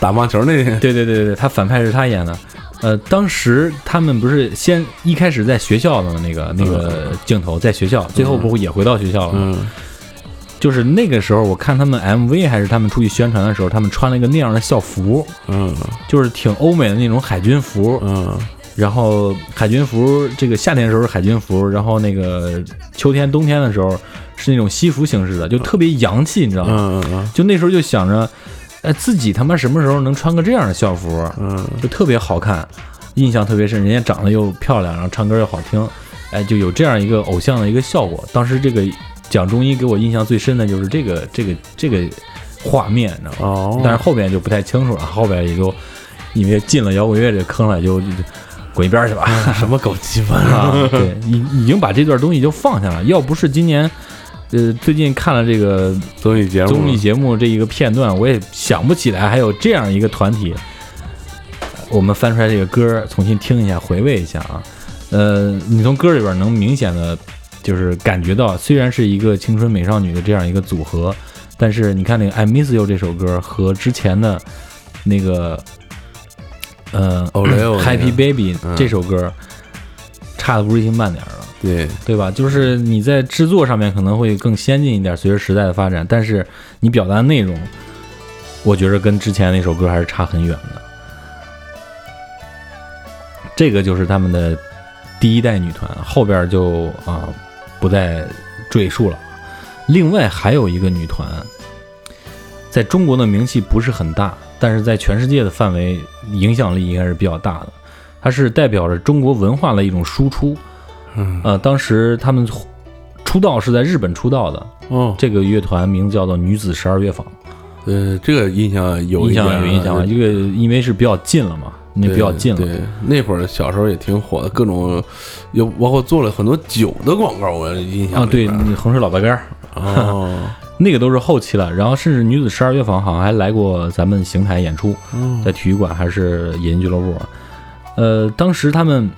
[SPEAKER 3] 打棒球那个，
[SPEAKER 2] 对对对对，他反派是他演的。呃，当时他们不是先一开始在学校的那个那个镜头，在学校，最后不也回到学校了？吗？
[SPEAKER 3] 嗯，
[SPEAKER 2] 就是那个时候，我看他们 MV 还是他们出去宣传的时候，他们穿了一个那样的校服，
[SPEAKER 3] 嗯
[SPEAKER 2] 就是挺欧美的那种海军服。
[SPEAKER 3] 嗯
[SPEAKER 2] 然后海军服，这个夏天的时候是海军服，然后那个秋天、冬天的时候是那种西服形式的，就特别洋气，你知道吗？
[SPEAKER 3] 嗯嗯
[SPEAKER 2] 就那时候就想着，哎，自己他妈什么时候能穿个这样的校服？啊
[SPEAKER 3] 嗯
[SPEAKER 2] 就特别好看，印象特别深。人家长得又漂亮，然后唱歌又好听，哎，就有这样一个偶像的一个效果。当时这个蒋中医给我印象最深的就是这个这个这个画面，你知道吗？
[SPEAKER 3] 哦，
[SPEAKER 2] 但是后边就不太清楚了，后边也就因为进了摇滚乐这坑了，就就就滚一边儿去吧。
[SPEAKER 3] 什么狗鸡 巴
[SPEAKER 2] 啊，对，已已经把这段东西就放下了。要不是今年。呃，最近看了这个
[SPEAKER 3] 综艺节目，
[SPEAKER 2] 综艺节目这一个片段，我也想不起来还有这样一个团体。我们翻出来这个歌，重新听一下，回味一下啊。呃，你从歌里边能明显的，就是感觉到，虽然是一个青春美少女的这样一个组合，但是你看那个《I Miss You》这首歌和之前的那个，呃，
[SPEAKER 3] Oreo 哦那个
[SPEAKER 2] Happy Baby
[SPEAKER 3] 嗯
[SPEAKER 2] 这首歌，差的不是一星半点儿了。
[SPEAKER 3] 对，
[SPEAKER 2] 对吧？就是你在制作上面可能会更先进一点，随着时代的发展，但是你表达的内容，我觉着跟之前那首歌还是差很远的。这个就是他们的第一代女团，后边就啊、不再赘述了。另外还有一个女团，在中国的名气不是很大，但是在全世界的范围影响力应该是比较大的。它是代表着中国文化的一种输出，
[SPEAKER 3] 嗯
[SPEAKER 2] 呃，当时他们出道是在日本出道的，
[SPEAKER 3] 哦，
[SPEAKER 2] 这个乐团名字叫做女子十二乐坊，
[SPEAKER 3] 呃，这个印象有
[SPEAKER 2] 印
[SPEAKER 3] 一点
[SPEAKER 2] 象有印象吧？
[SPEAKER 3] 对
[SPEAKER 2] 这个因为是比较近了嘛，那比较近
[SPEAKER 3] 对
[SPEAKER 2] 了。，
[SPEAKER 3] 那会儿小时候也挺火的，各种有包括做了很多酒的广告，我印象
[SPEAKER 2] 啊，对，
[SPEAKER 3] 里边
[SPEAKER 2] 你衡水老白干儿
[SPEAKER 3] 哦，
[SPEAKER 2] 那个都是后期了，然后甚至女子十二乐坊好像还来过咱们邢台演出，
[SPEAKER 3] 嗯
[SPEAKER 2] 在体育馆还是野营俱乐部。呃，当时他们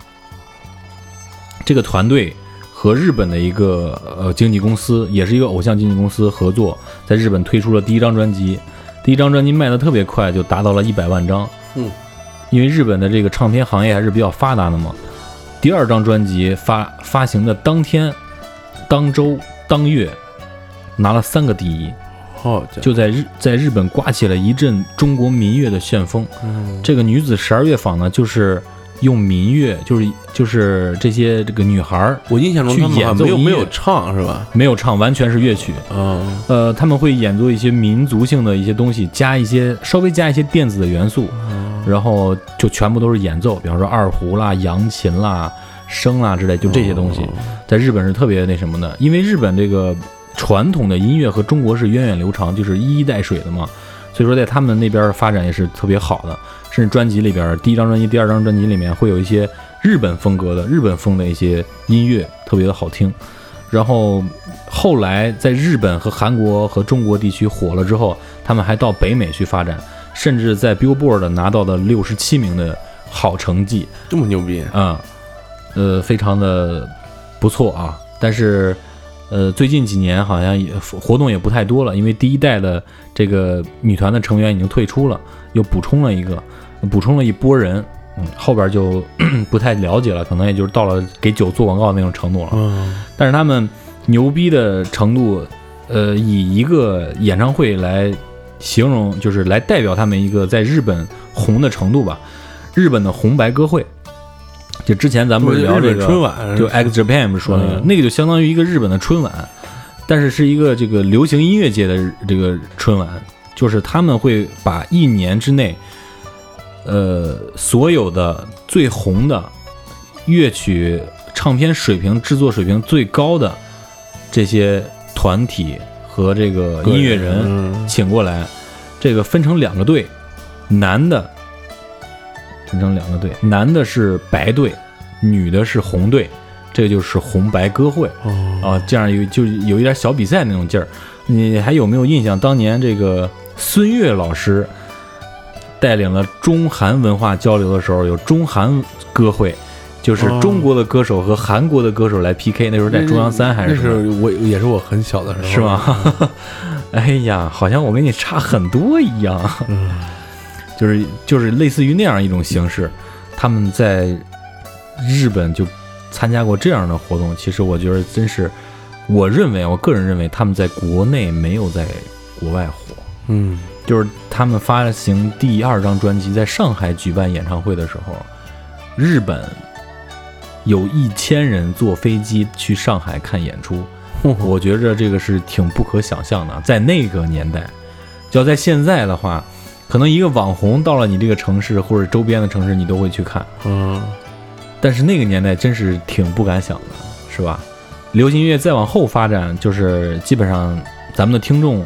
[SPEAKER 2] 这个团队和日本的一个呃经纪公司，也是一个偶像经纪公司合作，在日本推出了第一张专辑。第一张专辑卖的特别快，就达到了一百万张。
[SPEAKER 3] 嗯，
[SPEAKER 2] 因为日本的这个唱片行业还是比较发达的嘛。第二张专辑发发行的当天，当周当月拿了三个第一，
[SPEAKER 3] 好家伙，
[SPEAKER 2] 就在日在日本刮起了一阵中国民乐的旋风。
[SPEAKER 3] 嗯
[SPEAKER 2] 这个女子十二乐坊呢，就是用民乐，就是就是这些这个女孩儿
[SPEAKER 3] 我印象中他们
[SPEAKER 2] 去演
[SPEAKER 3] 好像
[SPEAKER 2] 奏
[SPEAKER 3] 没有
[SPEAKER 2] 音
[SPEAKER 3] 没
[SPEAKER 2] 乐
[SPEAKER 3] 有唱是吧？
[SPEAKER 2] 没有唱，完全是乐曲。
[SPEAKER 3] 嗯，
[SPEAKER 2] 呃，他们会演奏一些民族性的一些东西，加一些稍微加一些电子的元素，然后就全部都是演奏，比方说二胡啦、扬琴啦、笙啦之类，就这些东西，在日本是特别那什么的，因为日本这个传统的音乐和中国是源远流长，就是一衣带水的嘛，所以说在他们那边发展也是特别好的，甚至专辑里边第一张专辑、第二张专辑里面会有一些日本风格的、日本风的一些音乐，特别的好听。然后后来在日本和韩国和中国地区火了之后，他们还到北美去发展，甚至在 Billboard 拿到了六十七名的好成绩，
[SPEAKER 3] 这么牛逼，
[SPEAKER 2] 啊、呃，非常的不错啊。但是，呃，最近几年好像也活动也不太多了，因为第一代的这个女团的成员已经退出了，又补充了一个，补充了一波人。嗯，后边就 不太了解了，可能也就是到了给酒做广告的那种程度了。
[SPEAKER 3] 嗯，
[SPEAKER 2] 但是他们牛逼的程度，呃，以一个演唱会来形容，就是来代表他们一个在日本红的程度吧。日本的红白歌会，就之前咱们不是聊
[SPEAKER 3] 日
[SPEAKER 2] 这
[SPEAKER 3] 本
[SPEAKER 2] 个
[SPEAKER 3] 春晚
[SPEAKER 2] 就 X Japan 不是说那个，
[SPEAKER 3] 嗯
[SPEAKER 2] 那个就相当于一个日本的春晚，但是是一个这个流行音乐界的这个春晚，就是他们会把一年之内，呃，所有的最红的乐曲、唱片水平、制作水平最高的这些团体和这个音乐人，
[SPEAKER 3] 嗯
[SPEAKER 2] 请过来，这个分成两个队，男的分成两个队，男的是白队，女的是红队，这个就是红白歌会
[SPEAKER 3] 哦，
[SPEAKER 2] 啊，这样有就是有一点小比赛那种劲儿。你还有没有印象？当年这个孙悦老师带领了中韩文化交流的时候，有中韩歌会。就是
[SPEAKER 3] 哦
[SPEAKER 2] 中国的歌手和韩国的歌手来 PK，那时候在中央三还是
[SPEAKER 3] 那
[SPEAKER 2] 什么？
[SPEAKER 3] 是我也是我很小的时候，
[SPEAKER 2] 是吗？ 哎呀，好像我跟你差很多一样，就是就是类似于那样一种形式。他们在日本就参加过这样的活动，其实我觉得真是，我认为我个人认为他们在国内没有在国外火。
[SPEAKER 3] 嗯，
[SPEAKER 2] 就是他们发行第二张专辑在上海举办演唱会的时候，日本有一千人坐飞机去上海看演出，
[SPEAKER 3] 嗯
[SPEAKER 2] 我觉着这个是挺不可想象的。在那个年代，就要在现在的话，可能一个网红到了你这个城市或者周边的城市，你都会去看。
[SPEAKER 3] 嗯，
[SPEAKER 2] 但是那个年代真是挺不敢想的，是吧？流行音乐再往后发展，就是基本上咱们的听众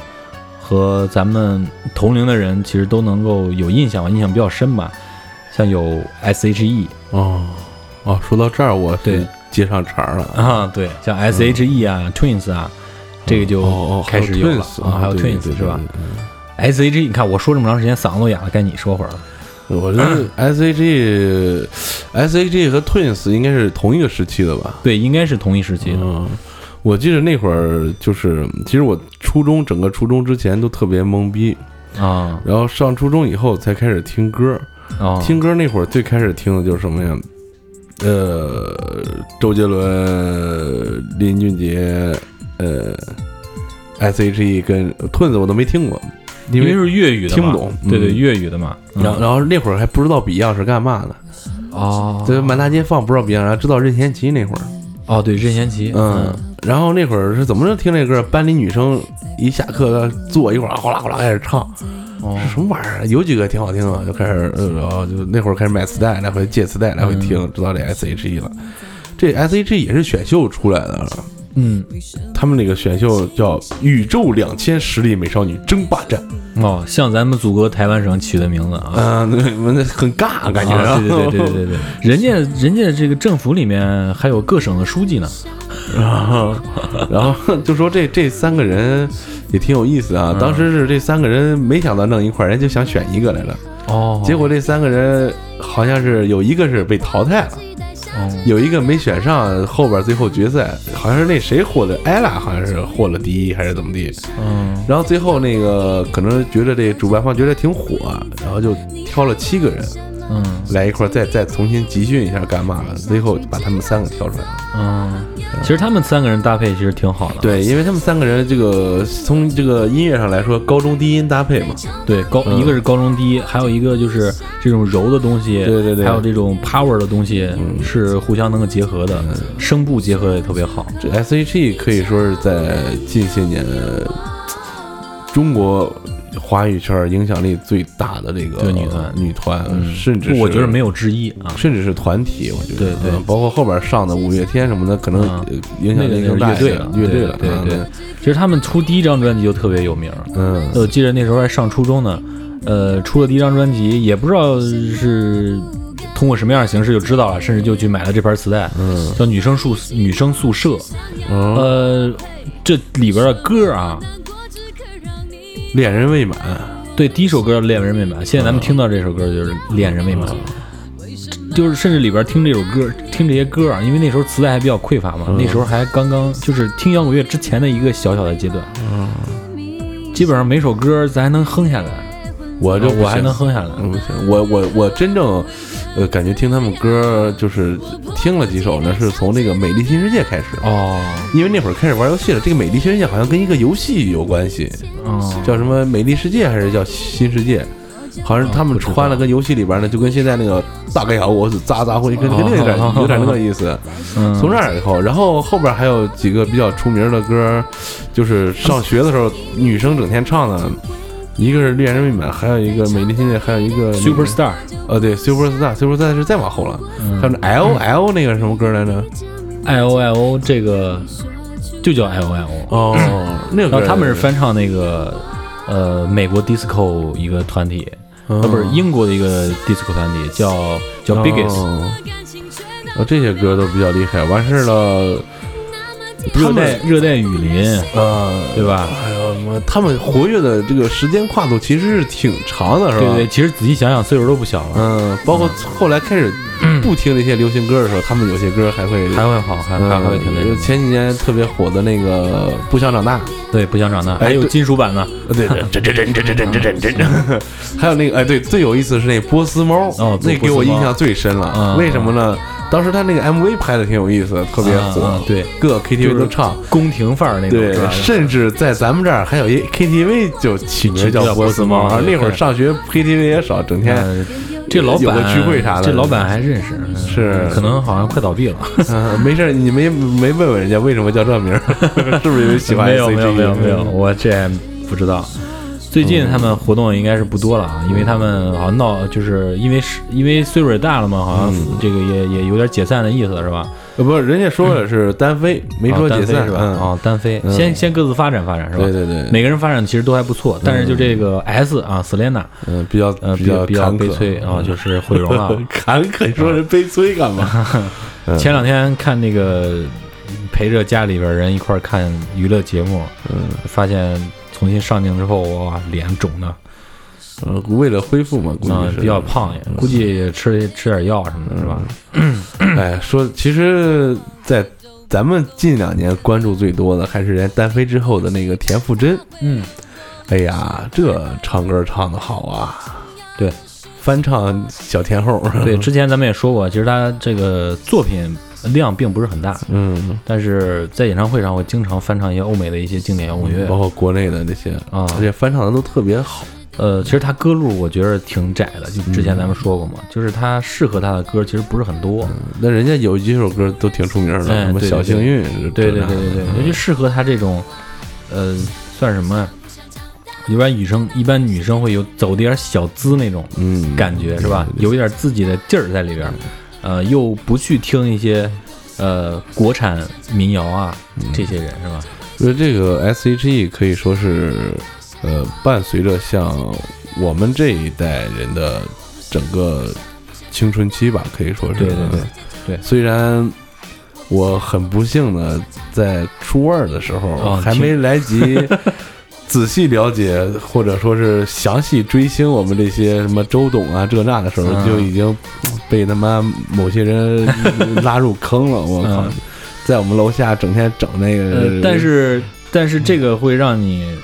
[SPEAKER 2] 和咱们同龄的人其实都能够有印象吧，印象比较深吧。像有 E S.H.E
[SPEAKER 3] 哦，哦，说到这儿，我是
[SPEAKER 2] 对
[SPEAKER 3] 接上茬儿了。
[SPEAKER 2] 啊，对，像 S.H.E 啊、Twins 啊，这个
[SPEAKER 3] 哦
[SPEAKER 2] 就
[SPEAKER 3] 哦，
[SPEAKER 2] 开始有了
[SPEAKER 3] Twins
[SPEAKER 2] 啊，还有
[SPEAKER 3] 对
[SPEAKER 2] Twins
[SPEAKER 3] 对对
[SPEAKER 2] 是吧
[SPEAKER 3] 对对
[SPEAKER 2] ？S.H.E，你看我说这么长时间，嗓子都哑了，该你说会儿了。
[SPEAKER 3] 对我觉 得 S.H.E、S.H.E 和 Twins 应该是同一个时期的吧？
[SPEAKER 2] 对，应该是同一时期的。
[SPEAKER 3] 嗯，我记得那会儿就是，其实我初中整个初中之前都特别懵逼，
[SPEAKER 2] 啊
[SPEAKER 3] 然后上初中以后才开始听歌。
[SPEAKER 2] 啊，
[SPEAKER 3] 听歌那会儿最开始听的就是什么呀？呃，周杰伦、林俊杰，呃，S.H.E 跟 Twins 我都没听过，因
[SPEAKER 2] 因为
[SPEAKER 3] 为
[SPEAKER 2] 是粤语的嘛，
[SPEAKER 3] 听不懂
[SPEAKER 2] 对对，
[SPEAKER 3] 嗯
[SPEAKER 2] 粤语的嘛。嗯
[SPEAKER 3] 然后然后那会儿还不知道 Beyond 是干嘛的，
[SPEAKER 2] 哦
[SPEAKER 3] 就是满大街放不知道 Beyond，然后知道任贤齐那会儿，
[SPEAKER 2] 哦，对，任贤齐，
[SPEAKER 3] 嗯，然后那会儿是怎么着听这歌？班里女生一下课坐一会儿，哗啦哗啦开始唱，
[SPEAKER 2] 哦
[SPEAKER 3] 什么玩意儿？啊有几个挺好听的，就开始，呃然后就那会儿开始买磁带，来回借磁带，来回听，
[SPEAKER 2] 嗯
[SPEAKER 3] 知道这 S.H.E 了。这 S.H.E 也是选秀出来的，
[SPEAKER 2] 嗯，
[SPEAKER 3] 他们那个选秀叫《宇宙两千实力美少女争霸战》，
[SPEAKER 2] 哦，像咱们祖国台湾省取的名字啊，
[SPEAKER 3] 嗯、那那很尬 感觉，
[SPEAKER 2] 啊对对对对对对 对，人家人家这个政府里面还有各省的书记呢，
[SPEAKER 3] 然后，然后就说这这三个人也挺有意思
[SPEAKER 2] 嗯
[SPEAKER 3] 啊。当时是这三个人没想到弄一块儿，人就想选一个来了。
[SPEAKER 2] 哦
[SPEAKER 3] 结果这三个人好像是有一个是被淘汰了，
[SPEAKER 2] 哦
[SPEAKER 3] 有一个没选上，后边最后决赛好像是那谁获的，艾拉好像是获了第一还是怎么地。
[SPEAKER 2] 嗯
[SPEAKER 3] 然后最后那个可能觉得这主办方觉得挺火，然后就挑了七个人，
[SPEAKER 2] 嗯
[SPEAKER 3] 来一块儿再再重新集训一下干嘛的，最后把他们三个挑出来了。
[SPEAKER 2] 嗯，其实他们三个人搭配其实挺好的，
[SPEAKER 3] 对，因为他们三个人这个从这个音乐上来说，高中低音搭配嘛，
[SPEAKER 2] 对高
[SPEAKER 3] 嗯
[SPEAKER 2] 一个是高中低，还有一个就是这种柔的东西，
[SPEAKER 3] 对对对嗯
[SPEAKER 2] 还有这种 power 的东西是互相能够结合的，声部结合的也特别好，
[SPEAKER 3] 这 S.H.E 可以说是在近些年呃中国华语圈影响力最大的这个
[SPEAKER 2] 对女团嗯
[SPEAKER 3] 女团，嗯甚至
[SPEAKER 2] 我觉得没
[SPEAKER 3] 有。
[SPEAKER 2] 有之一啊。
[SPEAKER 3] 甚至是团体，我觉得
[SPEAKER 2] 对对
[SPEAKER 3] 嗯包括后边上的五月天什么的，可能
[SPEAKER 2] 啊
[SPEAKER 3] 呃影响
[SPEAKER 2] 那个
[SPEAKER 3] 力更大
[SPEAKER 2] 乐
[SPEAKER 3] 一
[SPEAKER 2] 队
[SPEAKER 3] 点
[SPEAKER 2] 了
[SPEAKER 3] 乐
[SPEAKER 2] 对
[SPEAKER 3] 队了，
[SPEAKER 2] 对
[SPEAKER 3] 嗯
[SPEAKER 2] 对其实他们出第一张专辑就特别有名儿，
[SPEAKER 3] 嗯，
[SPEAKER 2] 我记得那时候还上初中呢，呃，出了第一张专辑，也不知道是通过什么样的形式就知道了，甚至就去买了这盘磁带，嗯，叫《女生宿女生宿舍》，
[SPEAKER 3] 哦
[SPEAKER 2] 呃，这里边的歌啊，
[SPEAKER 3] 恋人未满，
[SPEAKER 2] 对，第一首歌《恋人未满》，现在
[SPEAKER 3] 嗯
[SPEAKER 2] 咱们听到这首歌就是《恋人未满》。就是甚至里边听这首歌，听这些歌啊，因为那时候磁带还比较匮乏嘛，
[SPEAKER 3] 嗯
[SPEAKER 2] 那时候还刚刚就是听摇滚乐之前的一个小小的阶段，基本上每首歌咱还能哼下来，
[SPEAKER 3] 嗯我这
[SPEAKER 2] 哦我还能
[SPEAKER 3] 哼。
[SPEAKER 2] 哼下来，
[SPEAKER 3] 嗯，不行，我我我真正，呃，感觉听他们歌就是听了几首呢，是从那个《美丽新世界》开始，
[SPEAKER 2] 哦，
[SPEAKER 3] 因为那会儿开始玩游戏了。这个《美丽新世界》好像跟一个游戏有关系，
[SPEAKER 2] 哦，
[SPEAKER 3] 叫什么《美丽世界》还是叫《新世界》？好像是他们穿了跟游戏里边呢，就跟现在那个大概摇我是渣渣灰，跟跟那个有点有点那个意思。
[SPEAKER 2] 嗯
[SPEAKER 3] 从那儿以后，然后后边还有几个比较出名的歌，就是上学的时候女生整天唱的，一个是《恋人未满》，还有一个《美丽心界》，还有一个那个
[SPEAKER 2] 嗯 Superstar
[SPEAKER 3] 呃，对，Superstar，Superstar 是再往后了，像是
[SPEAKER 2] 嗯
[SPEAKER 3] L L 那个什么歌来着？
[SPEAKER 2] I O I O 这个就叫 I O I O，
[SPEAKER 3] 哦，那个
[SPEAKER 2] 然后
[SPEAKER 3] 歌
[SPEAKER 2] 他们是翻唱那个呃美国 disco 一个团体，
[SPEAKER 3] 哦
[SPEAKER 2] 呃不是英国的一个 disco 团体叫叫 Biggest，
[SPEAKER 3] 哦哦这些歌都比较厉害。完事儿了，他
[SPEAKER 2] 热带
[SPEAKER 3] 们
[SPEAKER 2] 热带雨林，
[SPEAKER 3] 呃，
[SPEAKER 2] 对吧？
[SPEAKER 3] 哎呦妈，他们活跃的这个时间跨度其实是挺长的，是吧？
[SPEAKER 2] 对对，其实仔细想想，岁数都不小了，
[SPEAKER 3] 嗯，包括后来开始不听那些流行歌的时候，他们有些歌还会
[SPEAKER 2] 嗯还会好，还
[SPEAKER 3] 嗯
[SPEAKER 2] 还还会挺那
[SPEAKER 3] 就
[SPEAKER 2] 什么。
[SPEAKER 3] 前几年特别火的那个《不想长大》，
[SPEAKER 2] 对，不想长大，
[SPEAKER 3] 哎
[SPEAKER 2] 还有
[SPEAKER 3] 对
[SPEAKER 2] 金属版的，
[SPEAKER 3] 呃对对，这这这这这这这这这， 还有那个哎对，最有意思是那波斯猫，
[SPEAKER 2] 哦
[SPEAKER 3] 那给我印象最深了。
[SPEAKER 2] 嗯
[SPEAKER 3] 为什么呢？当时他那个 MV 拍的挺有意思，特别
[SPEAKER 2] 嗯
[SPEAKER 3] 火
[SPEAKER 2] 嗯，对
[SPEAKER 3] 各 KTV 都唱。
[SPEAKER 2] 宫廷范儿那种，
[SPEAKER 3] 对
[SPEAKER 2] 是吧，
[SPEAKER 3] 甚至在咱们这儿还有一 KTV 就起名
[SPEAKER 2] 叫
[SPEAKER 3] 叫波斯猫
[SPEAKER 2] 波斯猫，对
[SPEAKER 3] 那会儿上学 KTV 也少，整天
[SPEAKER 2] 呃这老
[SPEAKER 3] 有个
[SPEAKER 2] 板
[SPEAKER 3] 聚会啥的
[SPEAKER 2] 这老板还认识，嗯
[SPEAKER 3] 是
[SPEAKER 2] 可能好像快倒闭了。
[SPEAKER 3] 嗯，没事儿，你没没问问人家为什么叫这 名儿，是不是因为喜欢 S
[SPEAKER 2] 没
[SPEAKER 3] H
[SPEAKER 2] 有
[SPEAKER 3] E？
[SPEAKER 2] 没有没有没有，我这不知道。最近他们活动应该是不多了
[SPEAKER 3] 嗯
[SPEAKER 2] 啊，因为他们好像闹，就是因为是因为岁数也大了嘛，好像
[SPEAKER 3] 嗯
[SPEAKER 2] 这个也也有点解散的意思是吧？
[SPEAKER 3] 呃，不是，人家说了是单飞，没
[SPEAKER 2] 哦
[SPEAKER 3] 说
[SPEAKER 2] 单
[SPEAKER 3] 解
[SPEAKER 2] 飞
[SPEAKER 3] 散
[SPEAKER 2] 是吧？
[SPEAKER 3] 嗯
[SPEAKER 2] 哦，单飞，先先各自发展发展是吧？
[SPEAKER 3] 对对对
[SPEAKER 2] 每个人发展的其实都还不错，但是就这个 S 啊，Selina，
[SPEAKER 3] 嗯，比较
[SPEAKER 2] 呃，比
[SPEAKER 3] 较
[SPEAKER 2] 比较
[SPEAKER 3] 坎坷嗯
[SPEAKER 2] 悲催啊，就是毁容 了。
[SPEAKER 3] 坎坷，你说人悲催干 嘛？嗯
[SPEAKER 2] 前两天看那个陪着家里边人一块儿看娱乐节目，嗯，发现重新上镜之后，哇，脸肿的，
[SPEAKER 3] 呃为了恢复嘛，估
[SPEAKER 2] 啊
[SPEAKER 3] 计，是
[SPEAKER 2] 比较。胖也，估计也吃吃点药什么的，是吧？
[SPEAKER 3] 哎，说其实，在咱们近两年关注最多的还是人家单飞之后的那个田馥甄。
[SPEAKER 2] 嗯，
[SPEAKER 3] 哎呀，这唱歌唱的好啊，
[SPEAKER 2] 对
[SPEAKER 3] 翻唱小天后。
[SPEAKER 2] 对，，之前咱们也说过，其实他这个作品量并不是很大，
[SPEAKER 3] 嗯，
[SPEAKER 2] 但是在演唱会上会经常翻唱一些欧美的一些经典摇滚乐
[SPEAKER 3] 包。括国内的那些
[SPEAKER 2] 啊
[SPEAKER 3] 而且翻唱的都特别好。
[SPEAKER 2] 呃，其实他歌路我觉得挺窄的，就之前咱们说过嘛，就是他适合他的歌其实不是很多。
[SPEAKER 3] 那人家有几首歌都挺出名的，
[SPEAKER 2] 哎
[SPEAKER 3] 什么
[SPEAKER 2] 对对
[SPEAKER 3] 小幸运，
[SPEAKER 2] 对对对对对，尤其适合他这种，呃，算什么呀？一般女生一般女生会有走点小资那种，
[SPEAKER 3] 嗯，
[SPEAKER 2] 感觉是吧？有一点自己的劲儿在里边，儿，呃，又不去听一些呃国产民谣啊，
[SPEAKER 3] 嗯
[SPEAKER 2] 这些人是吧？
[SPEAKER 3] 所以这个 S.H.E 可以说是，呃，伴随着像我们这一代人的整个青春期吧，可以说是。啊
[SPEAKER 2] 对对对对
[SPEAKER 3] 虽然我很不幸的在初二的时候、
[SPEAKER 2] 哦
[SPEAKER 3] 还没 来及仔细了解，或者说是详细追星我们这些什么周董啊这那的时候，
[SPEAKER 2] 嗯
[SPEAKER 3] 就已经被他妈某些人拉入坑了。我靠！
[SPEAKER 2] 嗯
[SPEAKER 3] 在我们楼下整天整那个，
[SPEAKER 2] 呃，但是但是这个会让你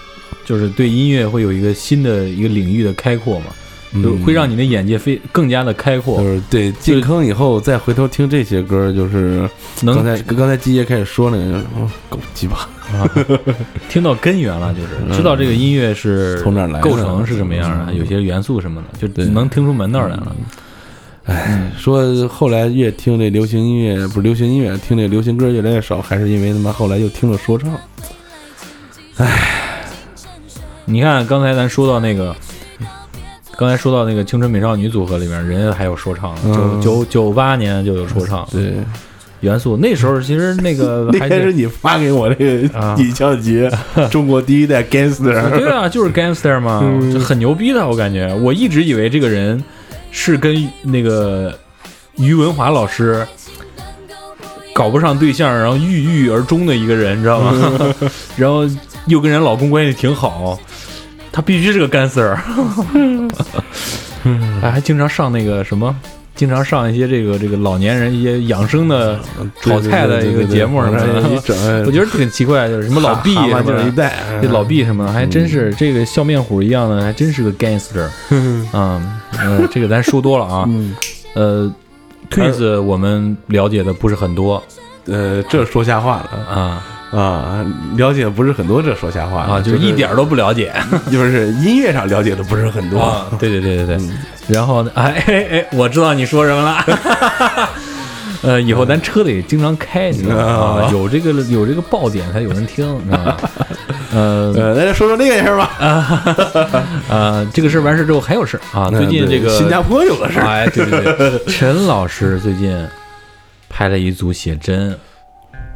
[SPEAKER 2] 就是对音乐会有一个新的一个领域的开阔嘛。就
[SPEAKER 3] 嗯
[SPEAKER 2] 会让你的眼界非更加的开阔
[SPEAKER 3] 就，是对进坑以后再回头听这些歌，就是
[SPEAKER 2] 能
[SPEAKER 3] 刚才刚才季爷开始说那个，就是哦狗鸡巴，
[SPEAKER 2] 啊，听到根源了，就是知道这个音乐是
[SPEAKER 3] 嗯从哪儿来的
[SPEAKER 2] 构成是什么样啊的，有些元素什么的，就
[SPEAKER 3] 对
[SPEAKER 2] 能听出门道来了。
[SPEAKER 3] 说后来越听这流行音乐，不是流行音乐，听这流行歌越来越少，还是因为他妈后来又听了说唱，
[SPEAKER 2] 你看刚才咱说到那个，刚才说到那个青春美少女组合里面，人家还有说唱呢，九
[SPEAKER 3] 嗯
[SPEAKER 2] 九九八年就有说唱
[SPEAKER 3] 对，
[SPEAKER 2] 元素。那时候其实那个
[SPEAKER 3] 那
[SPEAKER 2] 还
[SPEAKER 3] 天是
[SPEAKER 2] 是
[SPEAKER 3] 你发给我这
[SPEAKER 2] 啊
[SPEAKER 3] 个尹相杰，中国第一代 gangster，
[SPEAKER 2] 对啊，就是 gangster 嘛，
[SPEAKER 3] 嗯
[SPEAKER 2] 就很牛逼的。我感觉我一直以为这个人是跟那个于文华老师搞不上对象，然后郁郁而终的一个人，你知道吗？
[SPEAKER 3] 嗯
[SPEAKER 2] 然后又跟人老公关系挺好，他必须是个 gangster。哎，还经常上那个什么。经常上一些这个这个老年人一些养生的炒菜的一个节目什么
[SPEAKER 3] 你
[SPEAKER 2] 的，
[SPEAKER 3] 整，
[SPEAKER 2] 我觉得挺奇怪，就是什么老毕
[SPEAKER 3] 蛤
[SPEAKER 2] 什
[SPEAKER 3] 蟆
[SPEAKER 2] 么
[SPEAKER 3] 就是
[SPEAKER 2] 的
[SPEAKER 3] 一代，
[SPEAKER 2] 这老毕什么的，还真
[SPEAKER 3] 嗯
[SPEAKER 2] 是这个笑面虎一样的，还真是个 gangster 啊、嗯。呃，这个咱说多了
[SPEAKER 3] 嗯
[SPEAKER 2] 啊。呃，Twins 我们了解的不是很多
[SPEAKER 3] 呃，这说瞎话了
[SPEAKER 2] 啊
[SPEAKER 3] 啊，了解不是很多，这说瞎话
[SPEAKER 2] 啊，
[SPEAKER 3] 了
[SPEAKER 2] 就一点儿都不了解
[SPEAKER 3] 就是音乐上了解的不是很多。
[SPEAKER 2] 啊。对对对对
[SPEAKER 3] 嗯
[SPEAKER 2] 对。然后呢，哎哎哎，我知道你说什么了。 呃，以后咱车里经常开，你知道吗？
[SPEAKER 3] 嗯
[SPEAKER 2] 啊有这个有这个爆点才有人听，你知道吗？呃，
[SPEAKER 3] 呃，那就说说那个事儿吧。
[SPEAKER 2] 呃，这个事儿完事之后还有事儿啊。最近
[SPEAKER 3] 嗯对
[SPEAKER 2] 这个
[SPEAKER 3] 新加坡有个事儿，
[SPEAKER 2] 哎，对对 对，陈老师最近拍了一组写真，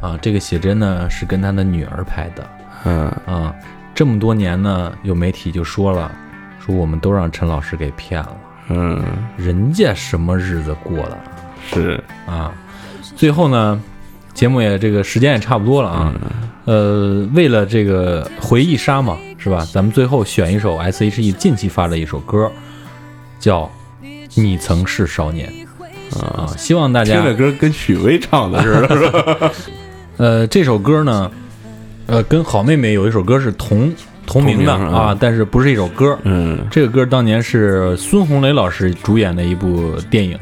[SPEAKER 2] 啊，这个写真呢是跟他的女儿拍的
[SPEAKER 3] 嗯，
[SPEAKER 2] 啊。这么多年呢，有媒体就说了，说我们都让陈老师给骗了，
[SPEAKER 3] 嗯，
[SPEAKER 2] 人家什么日子过的
[SPEAKER 3] 是，
[SPEAKER 2] 啊？最后呢，节目也这个时间也差不多了啊。呃，为了这个回忆杀嘛，是吧？咱们最后选一首 S.H.E 近期发的一首歌，叫《你曾是少年》啊，希望大家
[SPEAKER 3] 听着歌跟许巍唱的似 的，是吧？
[SPEAKER 2] 呃，这首歌呢，呃，跟好妹妹有一首歌是同同名的
[SPEAKER 3] 同名啊
[SPEAKER 2] 啊，但是不是一首歌。
[SPEAKER 3] 嗯，
[SPEAKER 2] 这个歌当年是孙红雷老师主演的一部电影，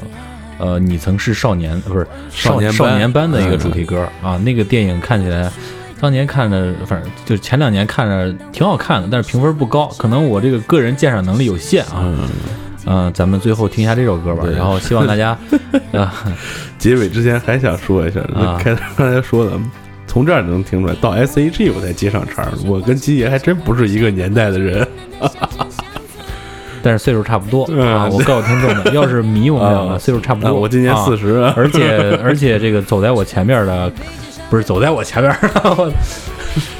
[SPEAKER 2] 呃，你曾是少年，呃不是
[SPEAKER 3] 少年班嗯
[SPEAKER 2] 少年班的一个主题歌、啊。那个电影看起来，当年看着，反正就前两年看着挺好看的，但是评分不高，可能我这个个人鉴赏能力有限啊。嗯咱们最后听一下这首歌吧，然后希望大家，啊，
[SPEAKER 3] 结尾之前还想说一下，
[SPEAKER 2] 啊
[SPEAKER 3] 开头刚才说的。从这儿能听出来，到 S.H.E 我才接上茬儿。我跟金爷还真不是一个年代的人
[SPEAKER 2] 但是岁数差不 多
[SPEAKER 3] 嗯
[SPEAKER 2] 啊。我告诉听众 们，要是迷我们两个，
[SPEAKER 3] 啊
[SPEAKER 2] 岁数差不
[SPEAKER 3] 啊！
[SPEAKER 2] 多。
[SPEAKER 3] 我今年
[SPEAKER 2] 啊
[SPEAKER 3] 四，十，
[SPEAKER 2] 而且而且这个走在我前面的，不是走在我前面的， 我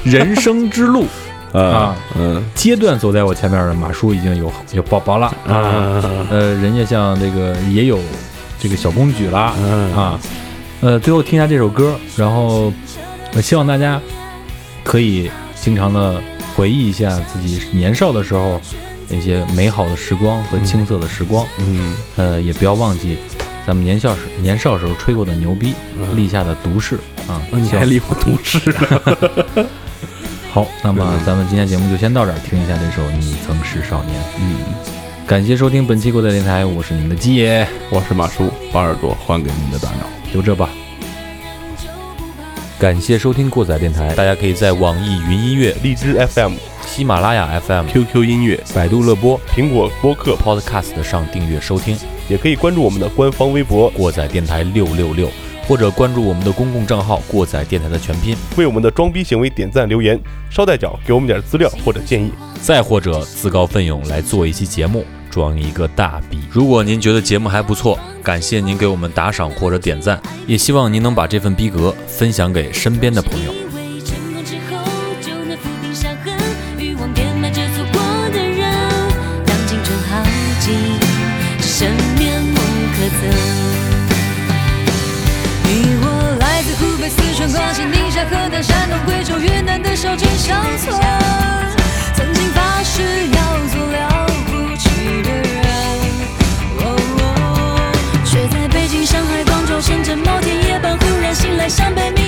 [SPEAKER 2] 人生之路啊
[SPEAKER 3] 啊，嗯
[SPEAKER 2] 阶段走在我前面的马叔已经有有宝宝了啊。
[SPEAKER 3] 啊，
[SPEAKER 2] 呃，人家像这个也有这个小公举啦
[SPEAKER 3] 嗯
[SPEAKER 2] 啊。呃，最后听一下这首歌，然后我希望大家可以经常的回忆一下自己年少的时候那些美好的时光和青涩的时光。
[SPEAKER 3] 嗯，
[SPEAKER 2] 呃，也不要忘记咱们年少时年少时候吹过的牛逼，立下的毒誓啊。
[SPEAKER 3] 嗯哦你
[SPEAKER 2] 行
[SPEAKER 3] 还离我都市呢。
[SPEAKER 2] 好，那么咱们今天节目就先到这儿，听一下这首《你曾是少年》。嗯，感谢收听本期过载电台，我是你们的鸡爷，
[SPEAKER 3] 我是马叔，把耳朵还给你的大脑。
[SPEAKER 2] 就这吧。感谢收听过载电台，大家可以在网易云音乐、
[SPEAKER 6] 荔枝 FM、
[SPEAKER 2] 喜马拉雅 FM、
[SPEAKER 6] QQ 音乐、
[SPEAKER 2] 百度乐播、
[SPEAKER 6] 苹果播客，
[SPEAKER 2] Podcast 上订阅收听
[SPEAKER 6] 也可以关注我们的官方微博，
[SPEAKER 2] 过载电台六六六，或者关注我们的公共账号“过载电台”的全拼。
[SPEAKER 6] 为我们的装逼行为点赞留言。捎带脚给我们点资料或者建议。
[SPEAKER 2] 再或者自告奋勇来做一期节目，装一个大逼。如果您觉得节目还不错，感谢您给我们打赏或者点赞，也希望您能把这份逼格分享给身边的朋友。
[SPEAKER 7] 因为成功之后就能抚平伤痕，欲望填满着错过的人。当青春耗尽，只剩面目可憎。你我来自湖北、四川、广西、宁夏、河南、山东、贵州、云南的小镇乡村，曾经发誓要做了不起的人。哦哦，却在北京、上海、广州、深圳某天夜半忽然醒来，像被迷